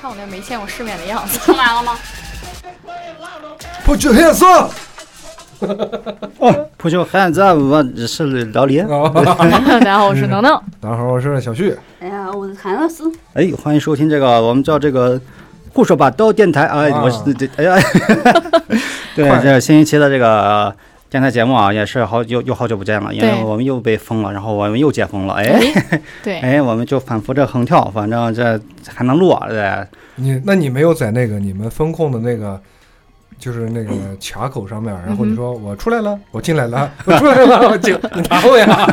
看我那没见过世面的样 子。听完了吗？ Put your hands up！哦不就汉子啊我是老李。啊 大家好，嗯我是能能。大家好，我是小旭。哎呀，我是韩老师。哎，欢迎收听这个，我们叫这个“胡说八道”电台。哎，啊我是这， 哎呀，对，快这新一期的这个电台节目啊，也是好久又好久不见了，因为对我们又被封了，然后我们又解封了。哎， 哎，对，哎，我们就反复这横跳，反正这还能录啊，对。你那你没有在那个你们风控的那个，就是那 个卡口上面，嗯然后你说我出来了，我进来 了，我出来了，我进，你拿后呀？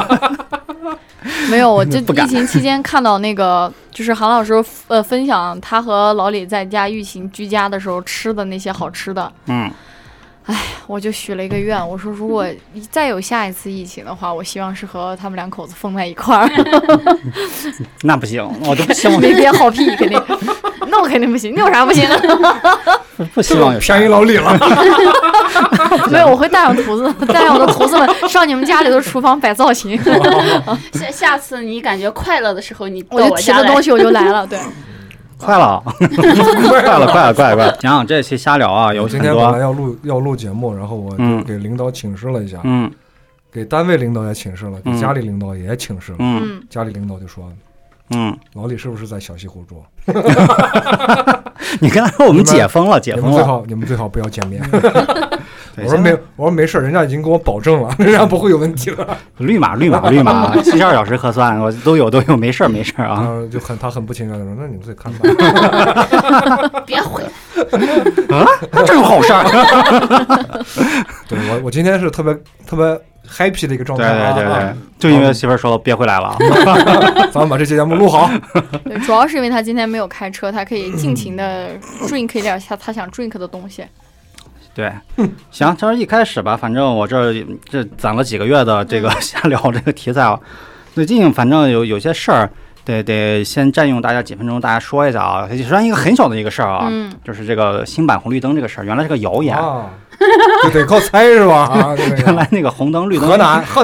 没有， 我就不敢疫情期间看到那个，就是韩老师呃分享他和老李在家疫情居家的时候吃的那些好吃的，嗯，我就许了一个愿，我说如果再有下一次疫情的话，我希望是和他们两口子封在一块 儿，那不行，我都不 希望，没憋好屁肯定，那我肯定不行，你有啥不行 的？不希望有啥 便宜老李了。没有，我会带上厨子，带上我的厨子们上你们家里的厨房摆造 型，下下次你感觉快乐的时候，你到我就提家着来东。西我就来了，对，快了， 快了，快了，快了，快了！行，这期瞎聊啊，有今很天本来多，要录要录节目，然后我就嗯给领导请示了一下，嗯给单位领导也请示了，给嗯家里领导也请示了。嗯嗯，家里领导就说嗯，：“ 老李是不是在小西湖住？你跟他说我们解封了，解你封们最了，好你们最好不要见 面。”对我说现没在有，我说没事儿，人家已经跟我保证了，人家不会有问题了。绿码绿码绿码，七十二小时核酸我都有都有，没事儿没事儿然啊。后就很他很不情愿的说：“那你们自己看吧。别回来， 那这有啊好事儿，对”我我今天是特别特别 happy 的一个状对态啊！对对对，就因为媳妇儿说别回来了 啊，对，咱们把这期节目录 好。对，主要是因为他今天没有开车，他可以尽情嗯的 drink 一点他他想 drink 的东西。对，行，他说一开始吧，反正我这儿这攒了几个月的这个 瞎聊这个题材啊，最近反正有有些事儿得得先占用大家几分钟，大家说一下啊，虽然一个很小的一个事儿啊，嗯，就是这个新版红绿灯这个事儿，原来是个谣言，啊，就得靠猜是吧？啊，对原来那个红 灯绿灯河南河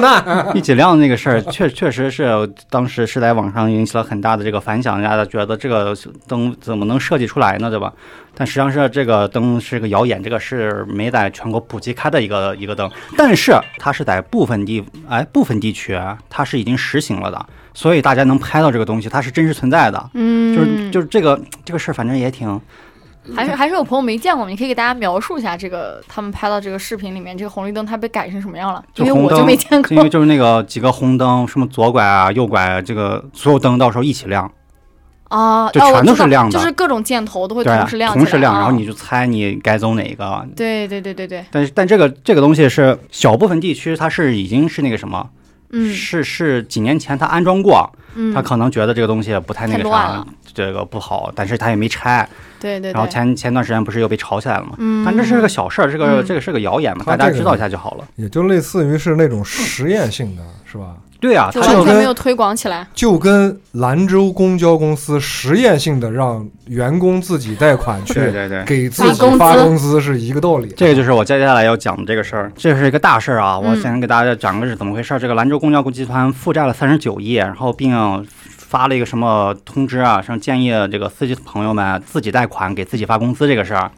南，一起亮那个事儿， 确确实是当时是在网上引起了很大的这个反响，大家觉得这个灯怎么能设计出来呢，对吧？但实际上是这个灯是个谣言，这个是没在全国普及开的一个一个灯，但是它是在部分地哎部分地区它是已经实行了的，所以大家能拍到这个东西，它是真实存在的。嗯就是就是这个这个事儿，反正也挺还是还是有朋友没见过，你可以给大家描述一下这个他们拍到这个视频里面这个红绿灯它被改成什么样了，就因为红我就灯没见过因。为就是那个几个红灯，什么左拐啊、右拐啊，这个所有灯到时候一起亮，啊，就哦我全知都是道亮的就是各种箭头都会对啊，同时亮起来，同时亮，然后你啊就猜你该走哪个。对对对对对，但是，但这个这个东西是小部分地区，它是已经是那个什么，嗯是是几年前他安装过，嗯，他可能觉得这个东西不太那太个乱啥了，这个不好，但是他也没拆。对对然后对，前前段时间不是又被炒起来了嘛？嗯，但这是个小事儿，这个嗯这个是个谣言嘛，他大家这个知道一下就好了。也就类似于是那种实验性的，是吧？对啊，就他完就全没有推广起来，就跟兰州公交公司实验性的让员工自己贷款对去对对。给自己发工资发工资是一个道理。这个就是我接下来要讲的这个事儿，这是一个大事儿啊！我嗯先给大家讲个是怎么回事儿。这个兰州公交集团负债了三十九亿，然后并发了一个什么通知啊，上建议这个司机朋友们自己贷款给自己发工资这个事儿。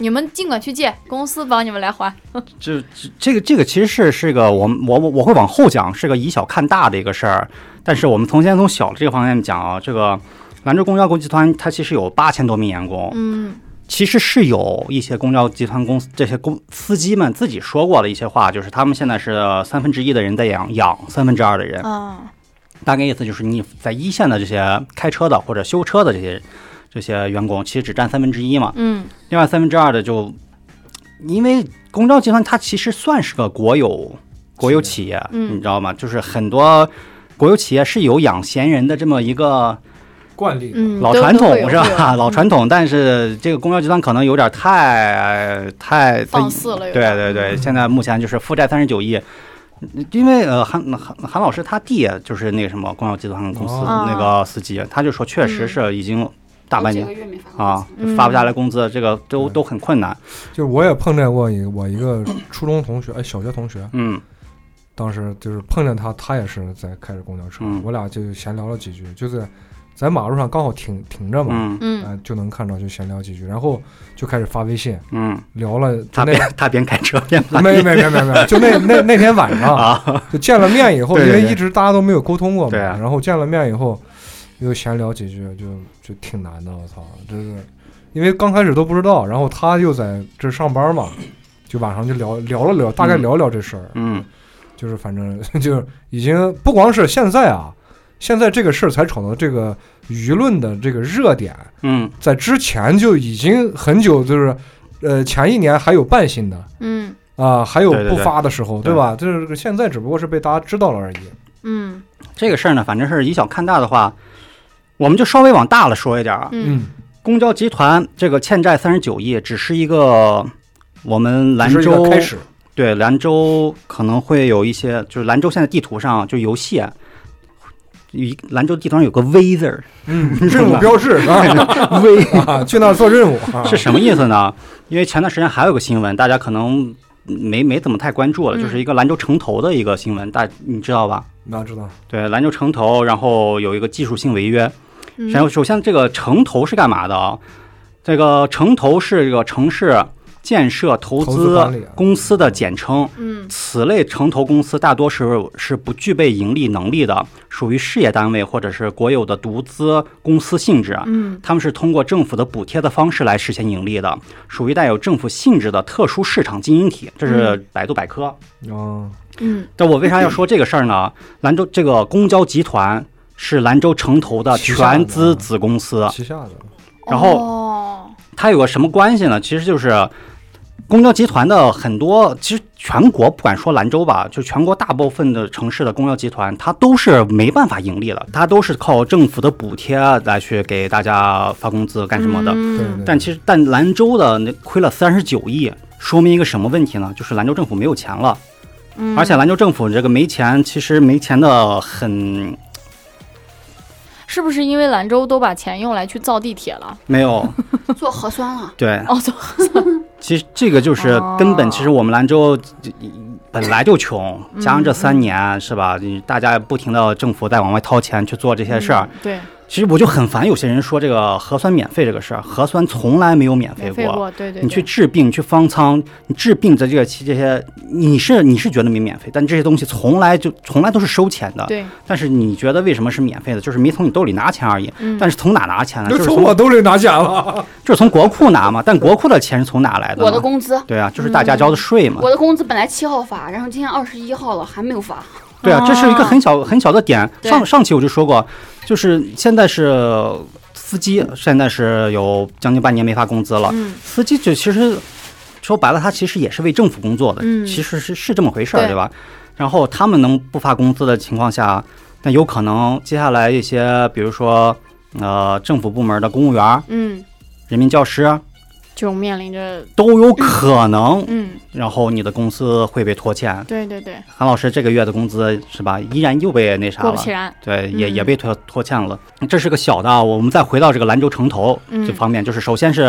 你们尽管去借，公司帮你们来还。这这这个这个其实是是个我们我我我会往后讲，是个以小看大的一个事儿。但是我们从先从小这个方面讲啊，这个兰州公交集团它其实有八千多名员工，嗯其实是有一些公交集团公司这些公司机们自己说过的一些话，就是他们现在是三分之一的人在养养三分之二的人，啊，大概意思就是你在一线的这些开车的或者修车的这些这些员工，其实只占三分之一嘛，嗯另外三分之二的就因为公交集团它其实算是个国有国有企业，嗯你知道吗？就是很多国有企业是有养闲人的这么一个。惯例嗯，老都传都统会有是会有嗯吧？ 老传统，但是这个公交集团可能有点太太放肆了有对点对对，嗯现在目前就是负债三十九亿，因为呃韩韩韩老师他弟就是那个什么公交集团公司哦那啊个司机，他就说确实是已经大半这年个月没发工资啊哦嗯发不下来工资，这个都嗯都很困难。就我也碰见过一我一个初中同学，哎，小学同学，嗯当时就是碰见他，他也是在开着公交车嗯，我俩就闲聊了几句，就在在马路上刚好停停着嘛，嗯嗯、嗯，就能看着就闲聊几句，然后就开始发微信嗯，聊了，就他那边他边开车边发没没没没没，就那那那天晚上啊，就见了面以后， 对对因为对一直大家都没有沟通过嘛，对啊然后见了面以后又闲聊几句，就就挺难的。我操，真是，因为刚开始都不知道，然后他又在这上班嘛，就晚上就聊聊了聊，大概聊聊这事儿，嗯就是反正 就是已经不光是现在啊，现在这个事儿才炒到这个舆论的这个热点，嗯在之前就已经很久就是，呃，前一年还有半薪的。嗯啊，还有对对不对发的时候，对吧？这个现在只不过是被大家知道了而已。嗯这个事儿呢，反正是以小看大的话，我们就稍微往大了说一点啊。嗯，公交集团这个欠债三十九亿，只是一个我们兰只是一个州开 始，对兰州可能会有一些，就是兰州现在地图上就游戏啊，一兰州地图上有个 V 字儿， 嗯，任务标志啊 V 啊，去那儿做任务啊， 是什么意思呢？因为前段时间还有个新闻，大家可能没没怎么太关注了，嗯就是一个兰州城投的一个新闻，大你知道吧？那知道，对，兰州城投，然后有一个技术性违约。嗯然后首先这个城投是干嘛的啊？这个城投是这个城市建设投投资资管理啊公司的简称。嗯此类城投公司大多是是不具备盈利能力的，属于事业单位或者是国有的独资公司性质。嗯他们是通过政府的补贴的方式来实现盈利的，属于带有政府性质的特殊市场经营体。这是百度百科。嗯，嗯但我为啥要说这个事儿呢？兰州这个公交集团是兰州城投的旗下的全资子公司，旗下的，然后哦它有个什么关系呢？其实就是公交集团的很多，其实全国不管说兰州吧，就全国大部分的城市的公交集团，它都是没办法盈利的，它都是靠政府的补贴来去给大家发工资干什么的。对嗯对，但其实，但兰州的那亏了三十九亿，说明一个什么问题呢？就是兰州政府没有钱了，嗯而且兰州政府这个没钱，其实没钱的很是不是因为兰州都把钱用来去造地铁了？ 没有。做核酸了，对，哦，造其实这个就是根本，哦其实我们兰州本来就穷，嗯加上这三年是吧，你大家不停的政府在往外掏钱去做这些事儿，，嗯 对，其实我就很烦有些人说这个核酸免费这个事儿，核酸从来没有免费免费过。啊过，对对，你去对治病、去方舱，你治病的这个这些，你是你是觉得没免费，但这些东西从来就从来都是收钱的。对，但是你觉得为什么是免费的？就是没从你兜里拿钱而已。嗯啊但是从哪拿钱呢？就就是从从我兜里拿钱了，就是从国库拿嘛。但国库的钱是从哪来的呢？我的工资，嗯对啊，就是大家交的税嘛。我的工资本来七号发，然后今天二十一号了还没有发，对啊，这是一个啊很小很小的点。对上上期我就说过，就是现在是司机，现在是有将近半年没发工资了。嗯司机就其实说白了，他其实也是为政府工作的，嗯其实是是这么回事儿，对对吧？然后他们能不发工资的情况下，那有可能接下来一些，比如说呃政府部门的公务员、嗯，人民教师啊就面临着都有可能，嗯，然后你的工资会被拖欠。对对对，韩老师这个月的工资是吧，依然又被那啥果了不。其然，对，也也嗯被拖拖欠了。这是个小的啊，我们再回到这个兰州城投这嗯方面，就是首先是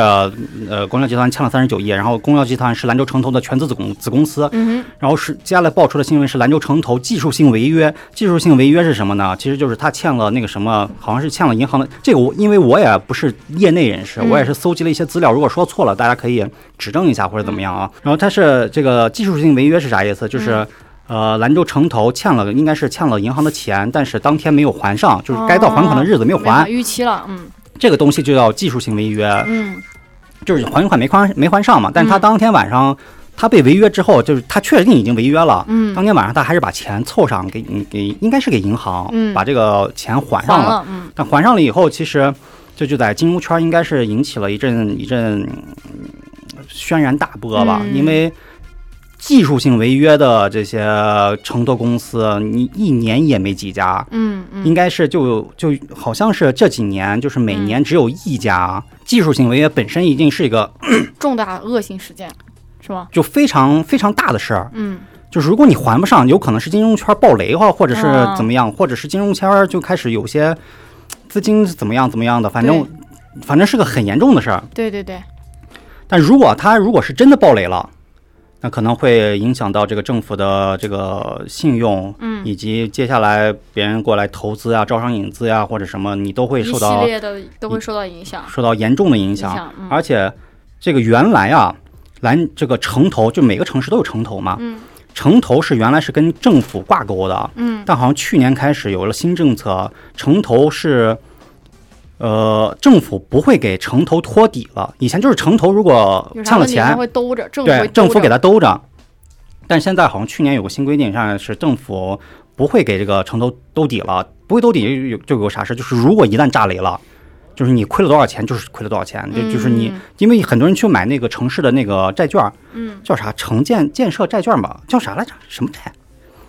呃，公交集团欠了三十九亿，然后公交集团是兰州城投的全资子公子公司，嗯哼，然后是接下来爆出的新闻是兰州城投技术性违约。技术性违约是什么呢？其实就是他欠了那个什么，好像是欠了银行的。这个我因为我也不是业内人士，嗯我也是搜集了一些资料，如果说错了，大家可以指正一下或者怎么样啊。然后它是这个技术性违约是啥意思？嗯就是。呃，兰州城投欠了，应该是欠了银行的钱，但是当天没有还上，就是该到还款的日子没有没法还，预期了，嗯这个东西就叫技术性违约。嗯就是还款没还没还上嘛，但是他嗯当天晚上他被违约之后，就是他确定已经违约了，当嗯，天晚上他还是把钱凑上给你给，应该是给银行嗯把这个钱还上还了。了，嗯但还上了以后，其实这就在金融圈应该是引起了一阵一阵嗯轩然大波吧，嗯因为。技术性违约的这些城投公司，你一年也没几家，嗯应嗯，该是就就好像是这几年，就是每嗯年只有一家。技术性违约本身已经是一个重大恶性事件是吗？就非常非常大的事儿，嗯就是如果你还不上，有可能是金融圈爆雷或或者是啊怎么样，或者是金融圈就开始有些资金怎么样怎么样的，反正对反正是个很严重的事儿。对对对，但如果他如果是真的爆雷了，那可能会影响到这个政府的这个信用，嗯，以及接下来别人过来投资啊、招商引资呀、或者什么，你都会一受系到列的都会受到影响。受到严重的影响。嗯而且这个原来啊，兰这个城投就每个城市都有城投嘛，嗯城投是原来是跟政府挂钩的啊，嗯但好像去年开始有了新政策，城投是。呃，政府不会给城投托底了。以前就是城投如果嗯有啥欠了问题钱他，会兜着，政府对会政兜府给着他兜着。但现在好像去年有个新规定，上是政府不会给这个城投兜底了，不会兜底有就有啥事，就是如果一旦炸雷了，就是你亏了多少钱，就是亏了多少钱，就就是你，嗯因为很多人去买那个城市的那个债券儿，嗯，叫啥城建建设债券儿吧，叫啥来着？什么债？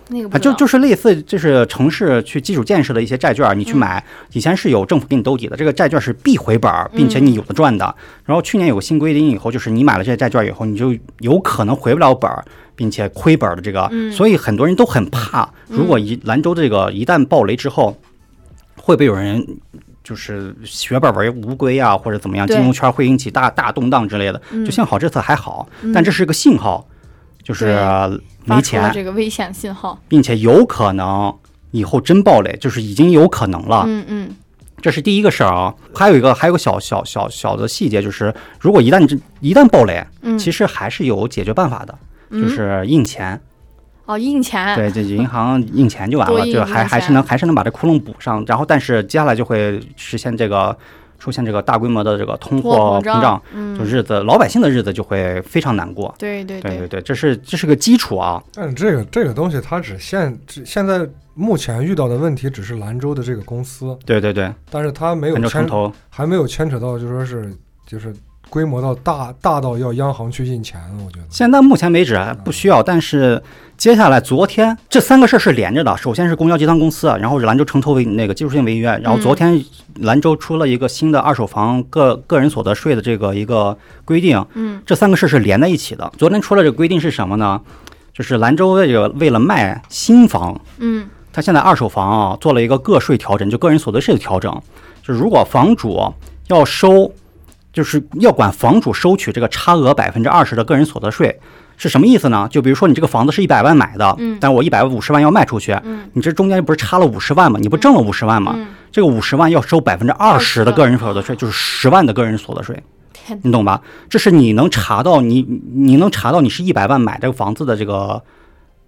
那个不啊，知就道就是类似就是城市去基础建设的一些债券儿，你嗯去买，以前是有政府给你兜底的，这个债券是必回本儿，并且嗯你有的赚的。然后去年有个新规定以后，就是你买了这些债券以后，你就有可能回不了本儿，并且亏本儿的这个，嗯所以很多人都很怕，嗯如果一兰州这个一旦暴雷之后，会不会有人？就是血本为无归啊，或者怎么样，对嗯金融圈会引起大大动荡之类的。就幸好这次还好，但这是个信号，就是发没出了钱，这个危险信号。并且有可能以后真暴雷，就是已经有可能啊了。嗯嗯，这是第一个事儿啊。还有一个，还有个小小小小的细节，就是如果一旦这一旦暴雷，嗯其实还是有解决办法的，就是印钱。哦，印钱，对，这银行印钱就完多了，印就一还些还是能还是能把这窟窿补上。然后，但是接下来就会实现这个出现这个大规模的这个通通货货膨膨胀胀，就嗯，日子老百姓的日子就会非常难过。对对对对，对，这是这是个基础啊。但是这个这个东西，它只限只现在目前遇到的问题只是兰州的这个公司，对对对，但是它没有按照城牵投，还没有牵扯到，就说是就是规模到大大到要央行去印钱了，我觉得。现在目前为止啊还不需要，但是接下来昨天这三个事儿是连着的。首先是公交集团公司，啊然后是兰州城投违那个技术性违约，然后昨天兰州出了一个新的二手房个个人所得税的这个一个规定，嗯这三个事儿是连在一起的。昨天出了这个规定是什么呢？就是兰州为了为了卖新房，嗯它现在二手房啊做了一个个税调整，就个人所得税的调整，就是如果房主要收，就是要管房主收取这个差额百分之二十的个人所得税，是什么意思呢？就比如说你这个房子是一百万买的，嗯但我一百五十万要卖出去，嗯你这中间不是差了五十万吗？你不挣了五十万吗？嗯，这个五十万要收百分之二十的20%个人所得税，就是十万的个人所得税。天哪，你懂吧？这是你能查到你你能查到你是一百万买这个房子的这个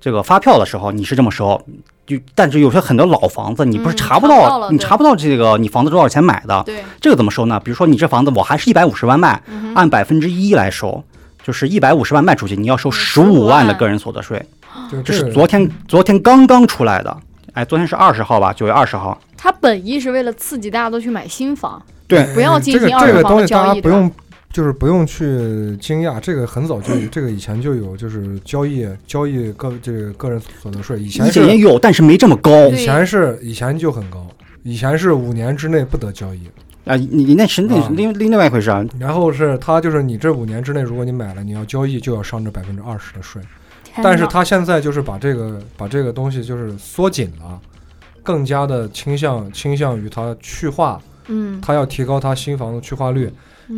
这个发票的时候，你是这么收。就但是有些很多老房子，你不嗯是查查不不到，到了你对查不到这个你房子多少钱买啊的，对，这个怎么收呢？比如说你这房子我还是一百五十万卖，嗯哼，按百分之一来收。就是一百五十万卖出去，你要收十15五万的嗯万个人所得税，啊就这这是个昨天昨天刚刚出来的。哎，昨天是二十号吧，九月二十号。他本意是为了刺激大家都去买新房，对不要嗯进这个行二这手个房东的西，交大易家的不用就是不用去惊讶，这个很早就这个以前就有，就是交易交易个这个个人所得税，以前以前也是有，但是没这么高。对以前是以前就很高，以前是五年之内不得交易，啊，你你那是那是另另另外一回事啊。然后是它就是你这五年之内，如果你买了，你要交易就要上这百分之二十的税。天但是哪他现在就是把这个把这个东西就是缩紧了，更加的倾向倾向于它去化，嗯，它要提高它新房的去化率，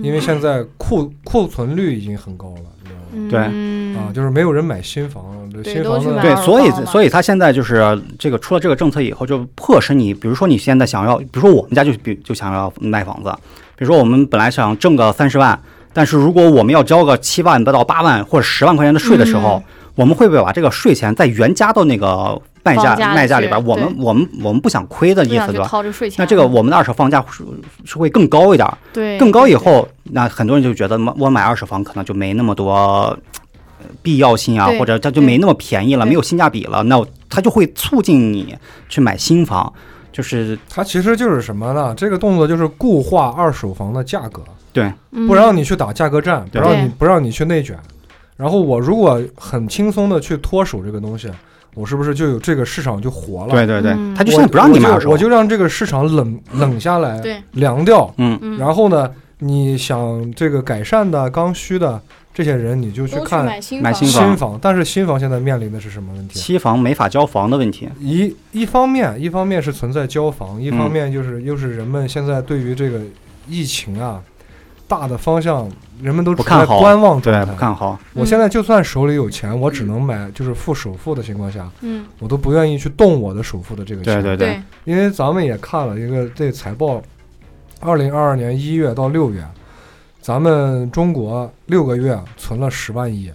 因为现在库库存率已经很高了，你知道吗？嗯对嗯啊，就是没有人买新房，这对新都房去买的二对，手所以房嘛所以他现在就是这个出了这个政策以后，就迫使你，比如说你现在想要，比如说我们家就比就想要卖房子，比如说我们本来想挣个三十万，但是如果我们要交个七万不到八万或者十万块钱的税的时嗯候，我们会不会把这个税钱再原加到那个卖价房价里卖价里去边？我们我们我们不想亏的不意想思去对吧？掏这税钱，那这个我们的二手房价是是会更高一点儿，对更高以对对后，那很多人就觉得我买二手房可能就没那么多呃必要性啊对，或者它就对没那么便宜了，对没有性价比了，那我它就会促进你去买新房，就是它其实就是什么呢？这个动作就是固化二手房的价格，嗯不让你去打价格战，不对让你不让你去内卷。然后我如果很轻松的去脱手这个东西，我是不是就有这个市场就活了？对对对嗯，它就我现在不让你买我二就手，我就让这个市场冷冷下来，对，凉掉。嗯，嗯然后呢，你想这个改善的、刚需的这些人，你就去都去看买新买房新新房。但是新房现在面临的是什么问题？期房没法交房的问题，一一方面，一方面是存在交房，一嗯方面就是又是人们现在对于这个疫情啊，大的方向，人们都不处看在好啊观望对状不态。看嗯好，我嗯现在就算手里有钱，我只能买就是付首付的情况下，嗯，我都不愿意去动我的首付的这个钱。对对对，因为咱们也看了一个这财报，二零二二年一月到六月，咱们中国六个月存了十万亿，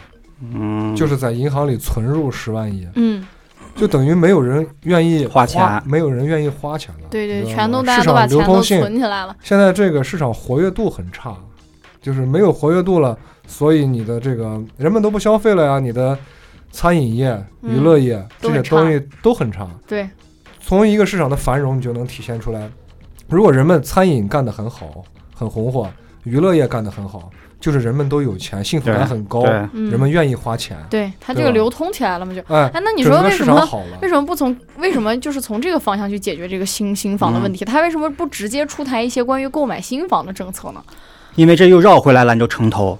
嗯，就是在银行里存入十万亿，嗯，就等于没有人愿意花钱没有人愿意花钱了。对你对，知道全吗都大市家都场把钱流都通性存起来了，现在这个市场活跃度很差，就是没有活跃度了，所以你的这个人们都不消费了呀，你的餐饮业、嗯娱乐业、都这些很东西都很差。对，从一个市场的繁荣，你就能体现出来。如果人们餐饮干得很好，很红火，娱乐业干得很好，就是人们都有钱，幸福感对很高，对，嗯，人们愿意花钱。对它这对个吧流通起来了嘛，就，哎，哎，那你整说个为市什场么？好了为。什么不从为什么就是从这个方向去解决这个新新房的问嗯题？他为什么不直接出台一些关于购买新房的政策呢？因为这又绕回来了，你就城投。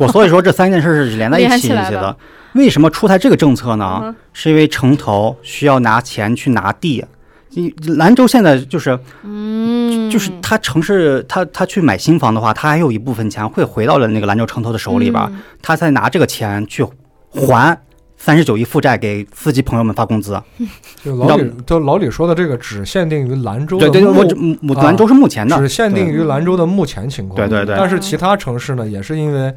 我所以说这三件事是连在 一连起起一来起的的。为什么出台这个政策呢？嗯是因为城投需要拿钱去拿地。你兰州现在就是嗯，就是他城市他他去买新房的话，他还有一部分钱会回到了那个兰州城投的手里边，嗯他再拿这个钱去还三十九亿负债给自己朋友们发工资。就老李，就老李说的这个只限定于兰州的对对，目我这我兰州是目前的，只限定于兰州的目前情况。对对对但是其他城市呢，也是因为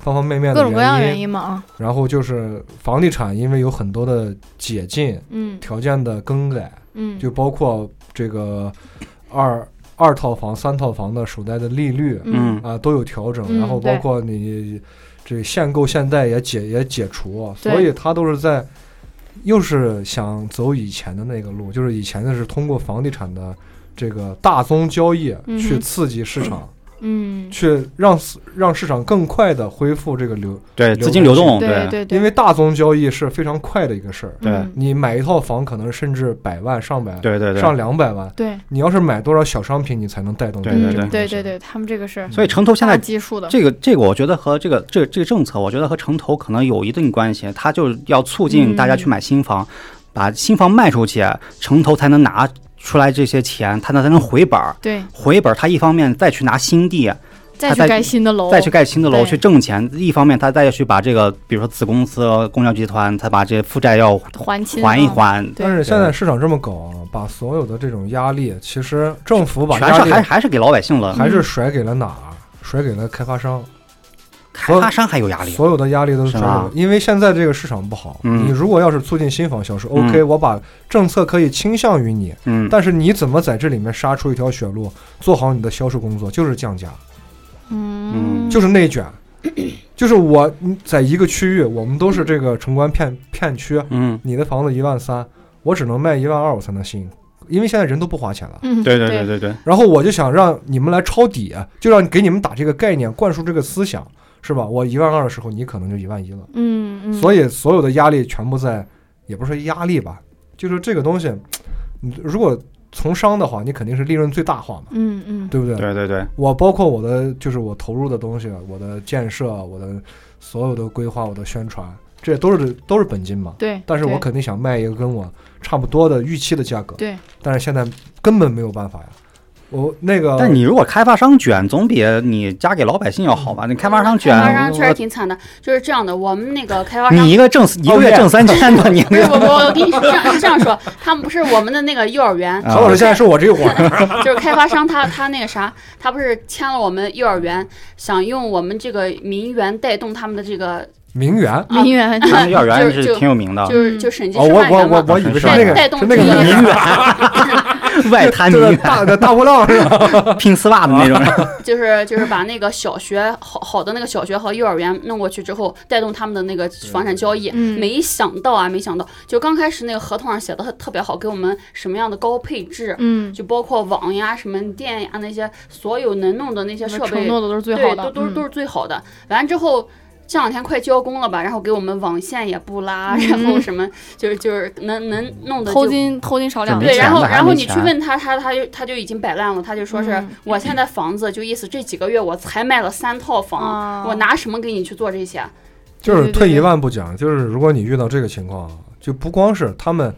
方方面面各的种各样原因嘛啊，然后就是房地产因为有很多的解禁嗯条件的更改，嗯，就包括这个二二套房、三套房的首贷的利率嗯，啊都有调整，嗯然后包括你这限购限贷也解也解除，啊对所以它都是在。又是想走以前的那个路，就是以前的是通过房地产的这个大宗交易嗯哼去刺激市场，嗯，去让市让市场更快的恢复这个流，对流资金流动，对对对，因为大宗交易是非常快的一个事儿。对嗯你买一套房可能甚至百万、上百、对对对，上两百万，对你要是买多少小商品，你才能带动这对嗯个这对个对东西对对，他们这个是所以城投现大在基数的，这个这个，我觉得和这个这这个政策，我觉得和城投可能有一定关系。它就是要促进大家去买新房，把新房卖出去，城投才能拿出来这些钱，它才能回本儿。对，回本儿，它一方面再去拿新地，再他去在盖新的楼，再去盖新的楼对去挣钱；一方面，它再去把这个，比如说子公司、公交集团，它把这些负债要还清还一啊，还。对但是现在市场这么搞啊，把所有的这种压力，其实政府把全压是还力还是给老百姓了，还是甩给了哪儿？甩给了开发商，开发商还有压力。啊所有的压力都是是甩给吧了，因为现在这个市场不好。嗯你如果要是促进新房销售嗯，OK，我把政策可以倾向于你，嗯，但是你怎么在这里面杀出一条血路，做好你的销售工作，就是降价，嗯，就是是内卷，就是我嗯在一个区域，我们都是这个城关片片区，嗯，你的房子一万三，我只能卖一万二，我才能吸引，因为现在人都不花钱了。嗯，对对对对对，然后我就想让你们来抄底，啊就让给你们打这个概念，灌输这个思想，是吧？我一万二的时候，你可能就一万一了。嗯嗯，所以所有的压力全部在，也不是说压力吧，就是这个东西，你如果从商的话，你肯定是利润最大化嘛，嗯嗯，对不对？对对对，我包括我的就是我投入的东西，我的建设，我的所有的规划，我的宣传，这都是都是本金嘛。对，但是我对肯定想卖一个跟我差不多的预期的价格，对，但是现在根本没有办法呀。我那个，但你如果开发商卷，总比你加给老百姓要好吧？你开发商卷，开发商确实我挺惨的，就是这样的。我们那个开发商你一个挣一个月挣三千的，你 不是我我我跟你说这样这样说，他们不是我们的那个幼 儿园，啊曹老师现在是我这伙儿，就是开发商他他那个啥，他不是签了我们幼儿园，想用我们这个民园带动他们的这个，名媛。啊名媛他们幼儿园就是是就挺有名的，就是嗯就审计哦，师我范我员我嘛，我以为是那个带动是那个 这个名媛，外滩就是女大大 大波浪是吧？拼丝袜的那种。就是就是把那个小学好好的那个小学和幼儿园弄过去之后，带动他们的那个房产交易。嗯没想到啊，没想到，就刚开始那个合同上写的特别好，给我们什么样的高配置， 嗯，就包括网呀、什么电呀那些，所有能弄的那些什设么承备，诺的都是最对，好都的，嗯都是都是是最好的。完了之后，这两天快交工了吧，然后给我们网线也不拉，然后嗯什么就是就是能能弄的偷就斤偷斤少两没对，两钱然后的还然后没你去钱问他，他他就他就已经摆烂了，他就说是、嗯我现在房子就意思这几个月我才卖了三套房，啊，我拿什么给你去做这些？就是对对退一对万步讲，就是如果你遇到这个情况，就不光是他们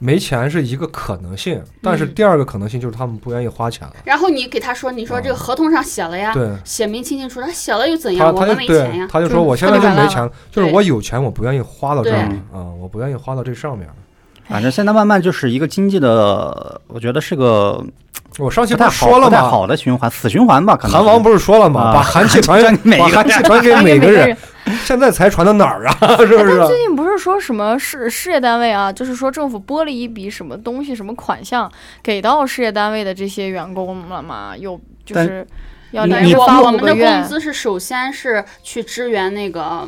没钱是一个可能性，但是嗯第二个可能性就是他们不愿意花钱了。然后你给他说，你说嗯这个合同上写了呀，对，写明清清楚，他写了又怎他样？我他们就没钱对啊哎呀。他就就说是我现在特就别完没钱，就是对我有钱，我不愿意花到这对儿啊，我不愿意花到这上面。反正现在慢慢就是一个经济的，我觉得是个我上期不不太是好、说了不太吗？好的循环，死循环吧？可能韩王不不是说了吗？啊把寒气 传传给每把一个寒气传给传 每给个人人。，现在才传到哪儿啊？ 是哎不但最是？近不是说什么事事业单位啊，就是说政府拨了一笔什么东西、什么款项给到事业单位的这些员工了嘛？有就但是要你连你续我发我五们个的月工，资是首先是去支援那个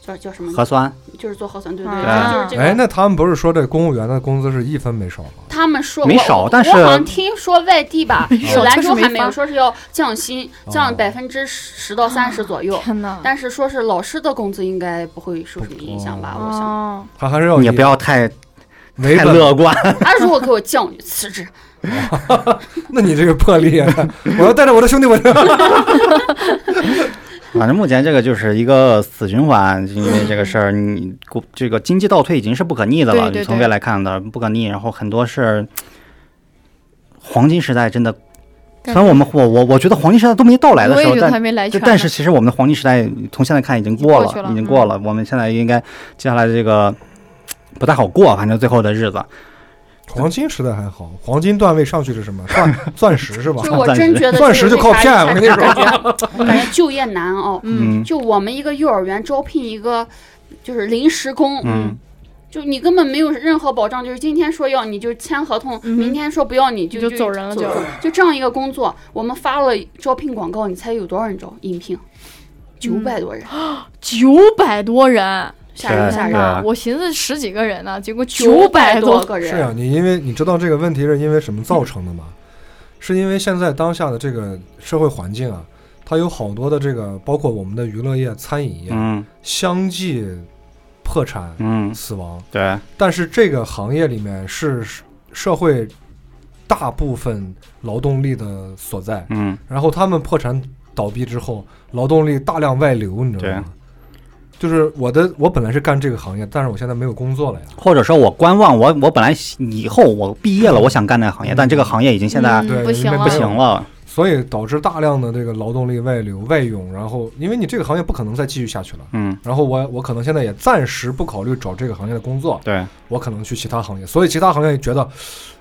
叫叫什么核，酸，就是做核酸，对对，啊就是这哎，个。那他们不是说这公务员的工资是一分没少吗？他们说没我少我但是嗯我好像听说外地吧，少兰就是州没还没有发说是要降薪，哦降百分之十到三十左右。天哪！但是说是老师的工资应该不会受什么影响吧？啊我想，哦，他还是要你不要太没太乐观。他啊如果给我降，我就辞职。那你这个魄力，啊我要带着我的兄弟们。反正目前这个就是一个死循环，因为这个事儿，你国这个经济倒退已经是不可逆的了。对对你从对未来看的不可逆，然后很多事儿，黄金时代真的，虽感然我们我我我觉得黄金时代都没到来的我时也候，觉得还但没来就全呢。但是其实我们的黄金时代从现在看已经过已经过去了嗯已经过了。我们现在应该接下来这个不太好过，反正最后的日子， 黄金时代还好，黄金段位上去是什么？钻钻石是吧就？我真觉得钻石就靠骗我我跟你说感觉 我感觉就业难熬。嗯，就我们一个幼儿园招聘一个就是临时工，嗯，就你根本没有任何保障，就是今天说要你就签合同，嗯哼明天说不要你就就走人了就就就这样一个工作，我们发了招聘广告，你猜有多少人招应聘？九嗯百多人，九百多人，吓人不吓天人？哪！我寻思十几个人呢，结果九百多多。个是人，呀，你因为你知道这个问题是因为什么造成的吗？是因为现在当下的这个社会环境啊，它有好多的这个，包括我们的娱乐业、餐饮业，嗯相继破产、嗯，死亡。对，但是这个行业里面是社会大部分劳动力的所在，嗯，然后他们破产倒闭之后，劳动力大量外流，你知道吗？就是我的，我本来是干这个行业，但是我现在没有工作了呀。或者说我观望，我我本来以后我毕嗯业了，我想干这个行业，但这个行业已经现在啊嗯对不行没了，不行哦了。所以导致大量的这个劳动力外流、外涌，然后因为你这个行业不可能再继续下去了，嗯，然后我我可能现在也暂时不考虑找这个行业的工作，对我可能去其他行业，所以其他行业觉得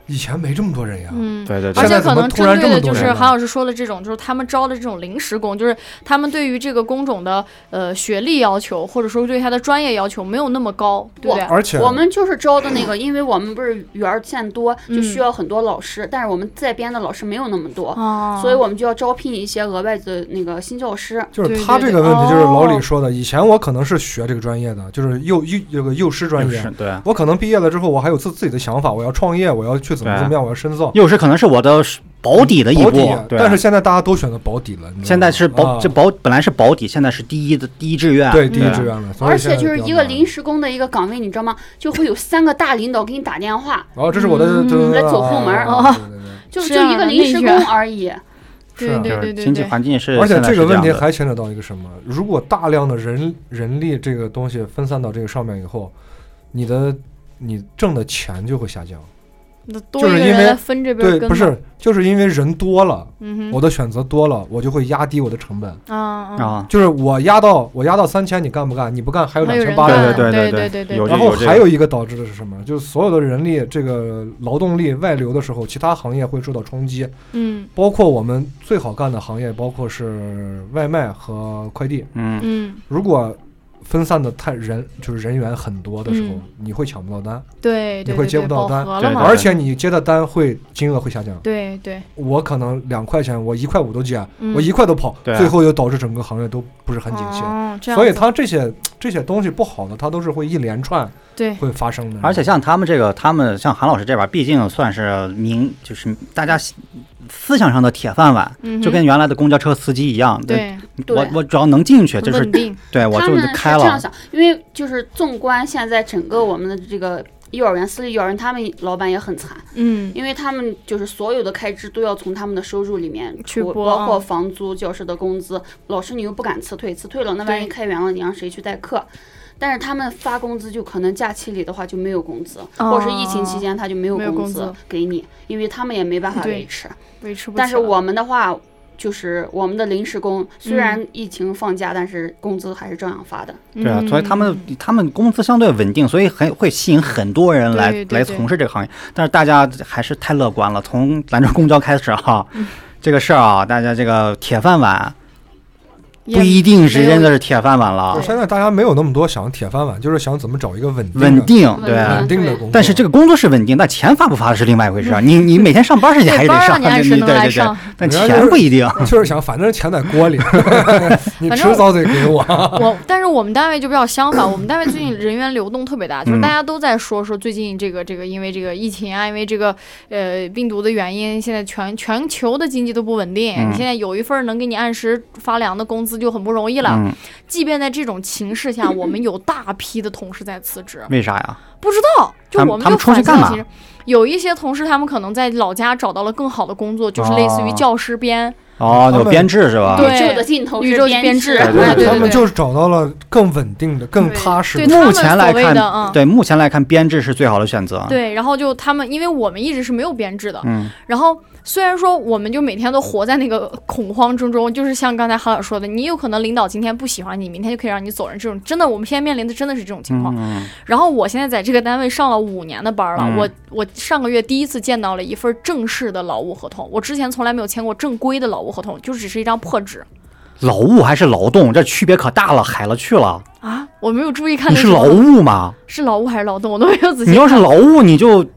以前没这么多人呀，嗯，对对对而现在且怎可么能突针然这对么的多就是人了韩老师说的这种，就是他们招的这种临时工，就是他们对于这个工种的呃学历要求，或者说对他的专业要求没有那么高，对不对？而且我们就是招的那个，因为我们不是员儿欠多，嗯就需要很多老师，但是我们在编的老师没有那么多，哦，所以我们就要招聘一些额外的那个新教师。就是对他这对个对问题，就是老哦李说的，以前我可能是学这个专业的，就是幼幼这个幼师专又业是，对。我可能毕业了之后，我还有自自己的想法，我要创业，我要去怎么对怎么样，我要深造又是可能是我的保底的一嗯保步底。啊对但是现在大家都选择保底了，你知道吗现在是保、啊这保本来是保底，现在是第一的第一志愿。啊对第一志吧。愿了，所以而且现在就是比较一个难临，时工的一个岗位，你知道吗？就会有三个大领导给你打 电话，然后哦这是我的嗯对来走后门儿哦啊对对对就这就样一个的临内时卷工而已。是 啊对就对是对对经济对，环境是，而且现在这是个这问样题的。还牵扯到一个什么？如果大量的人人力这个东西分散到这个上面以后，你的你挣的钱就会下降。那多一就个是因为人来分这边对跟，嘛不，是，就是因为人多了，嗯我哼，的选择多了，我就会压低我的成本。啊啊，啊，就是我压到我压到三千，你干不干？你不干还有还两有千人八百干，对对对对有然后这个啊还有一个导致的是什么？就是所有的人力这个劳动力外流的时候，其他行业会受到冲击，嗯包括我们最好干的行业，包括是外卖和快递。嗯，嗯，如果分散的太人就是人员很多的时候，嗯你会抢不到单，对对你会对接对，不到饱单和对了对嘛，而且你接的单会金额会下降。对对，我可能两块钱，我一块五都接，嗯我一块都跑，对啊最后就导致整个行业都不是很景气。哦，这样所以子它这些这些东西不好的，它都是会一连串对会发生的。而且像他们这个，他们像韩老师这边儿，毕竟算是明，就是大家思想上的铁饭碗，嗯哼就跟原来的公交车司机一样。对我对我只要能进去，很就是哎稳定，对我他就们是开这样了。想，因为就是纵观现在整个我们的这个幼儿园、私立幼儿园，他们老板也很惨，嗯，因为他们就是所有的开支都要从他们的收入里面去除拨包括啊房租、教师的工资，老师你又不敢辞退，辞退了那万一对开园了，你让谁去代课？但是他们发工资就可能假期里的话就没有工资，或者是疫情期间他就没有哦没有工工资给你，因为他们也没办法对维持。维持不起来。但是我们的话，就是我们的临时工，虽嗯然疫情放假，但是工资还是照样发的。对对啊，所以他嗯们他们工资相对稳定，所以很会吸引很多人来对对来对从事这个行业。但是大家还是太乐观了，从咱这公交开始哈、嗯 这个事儿啊，大家这个铁饭碗不一定是真的是铁饭碗了就，现在大家没有那么多想铁饭碗，就是想怎么找一个稳定的、稳定对。啊稳稳定的工作。但是这个个工作是稳定，但钱发不发的是另外一回事儿。你你每天上班儿人家嗯对还是班得儿上，上你还是对能来对对上。，但人家钱就是不一定。就是想，反正钱在锅 里，你嗯反正哎迟早得给我。 我但是我们单位就比较相反，我们单位最近人员流动特别大，嗯就是大家都在说说最近这个这个因为这个疫情啊，因为这个呃病毒的原因，现在全全球的经济都不稳定，嗯你现在有一份能给你按时发粮的工资就很不容易了。嗯，即便在这种情势下，我们有大批的同事在辞职，为啥呀？不知道，就他们我们他就们出去反向干嘛其实有一些同事，他们可能在老家找到了更好的工作，就是类似于哦教师编，哦，有编制是吧？对宇宙的尽头宇是宙编编制制，对对对对他们就是找到了更稳定的、更对踏实对的。他目们前来所谓看的啊，对，目前来看编制是最好的选择。，对，然后就他们，因为我们一直是没有编制的，啊嗯，然后虽然说我们就每天都活在那个恐慌之中，就是像刚才韩老师说的，你有可能领导今天不喜欢你，明天就可以让你走人，这种真的我们现在面临的真的是这种情况。嗯然后我现在在这个单位上了五年的班了，嗯我我上个月第一次见到了一份正式的劳务合同，我之前从来没有签过正规的劳务合同，就只是一张破纸劳务还是劳动，这区别可大了，海了去了。啊，我没有注意看你那是个劳务吗？是劳务还是劳动，我都没有仔细你要是劳务，你就啊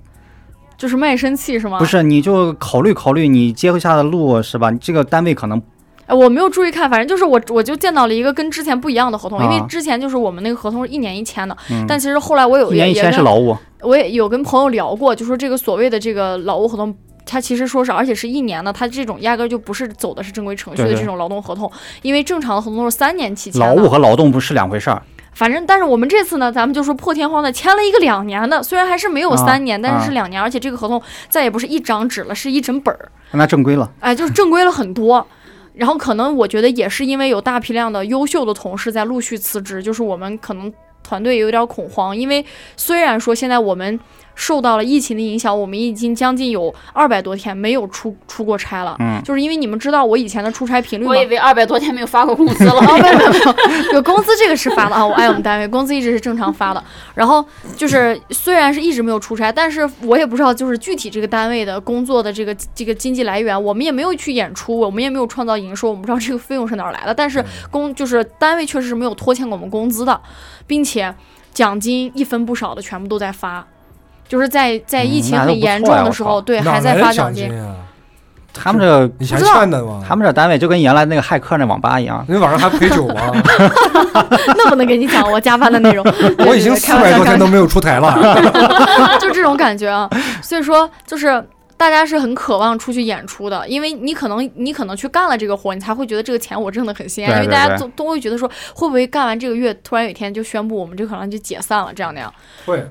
就是卖身契是吗？不，是，你就考虑考虑你接下的路是吧？你这个单位可能哎，我没有注意看，反正就是我我就见到了一个跟之前不一样的合同，因啊为之前就是我们那个合同是一年一签的，嗯但其实后来我有一年也一也签是跟劳务，我也有跟朋友聊过，就说这个所谓的这个劳务合同。它其实说是，而且是一年的，它这种压根儿就不是走的是正规程序对的对这种劳动合同，因为正常的合同都是三年期签劳务的。和劳动不是两回事儿。反正，但是我们这次呢，咱们就说破天荒的签了一个两年的，虽然还是没有三年，啊但是是两年，而且这个合同再也不是一张纸了，是一整本儿，那正规了，哎，就是正规了很多。然后可能我觉得也是因为有大批量的优秀的同事在陆续辞职，就是我们可能团队有点恐慌，因为虽然说现在我们受到了疫情的影响，我们已经将近有二百多天没有出出过差了。嗯就是因为你们知道我以前的出差频率吗我？以为二百多天没有发过工 资了，哦，没有没有没有，有工资这个是发的啊，我爱我们单位，工资一直是正常发的。然后就是虽然是一直没有出差，但是我也不知道就是具体这个单位的工作的这个这个经济来源，我们也没有去演出，我们也没有创造营收，我们不知道这个费用是哪儿来的。嗯但是工就是单位确实是没有拖欠过我们工资的，并且奖金一分不少的全部都在发。就是在在疫嗯情那都很不严错重呀的我时靠候，对，哪还来在的发奖奖金。啊？他们这以前不知道欠的吗？他们这单位就跟原来那个骇客那网吧一样，那晚上还陪酒 啊吗？那不能给你讲我加班的内容，对 我已经对对四开玩百笑多开玩天笑都没有出台 了。 就这种感觉啊。所以说，就是大家是很渴望出去演出的，因为你可能你可能去干了这个活，你才会觉得这个钱我挣得很心安，对因为大对家对都都会觉得说，会不会干完这个月，突然有一天就宣布我们这个行业就解散了，这样那样。会，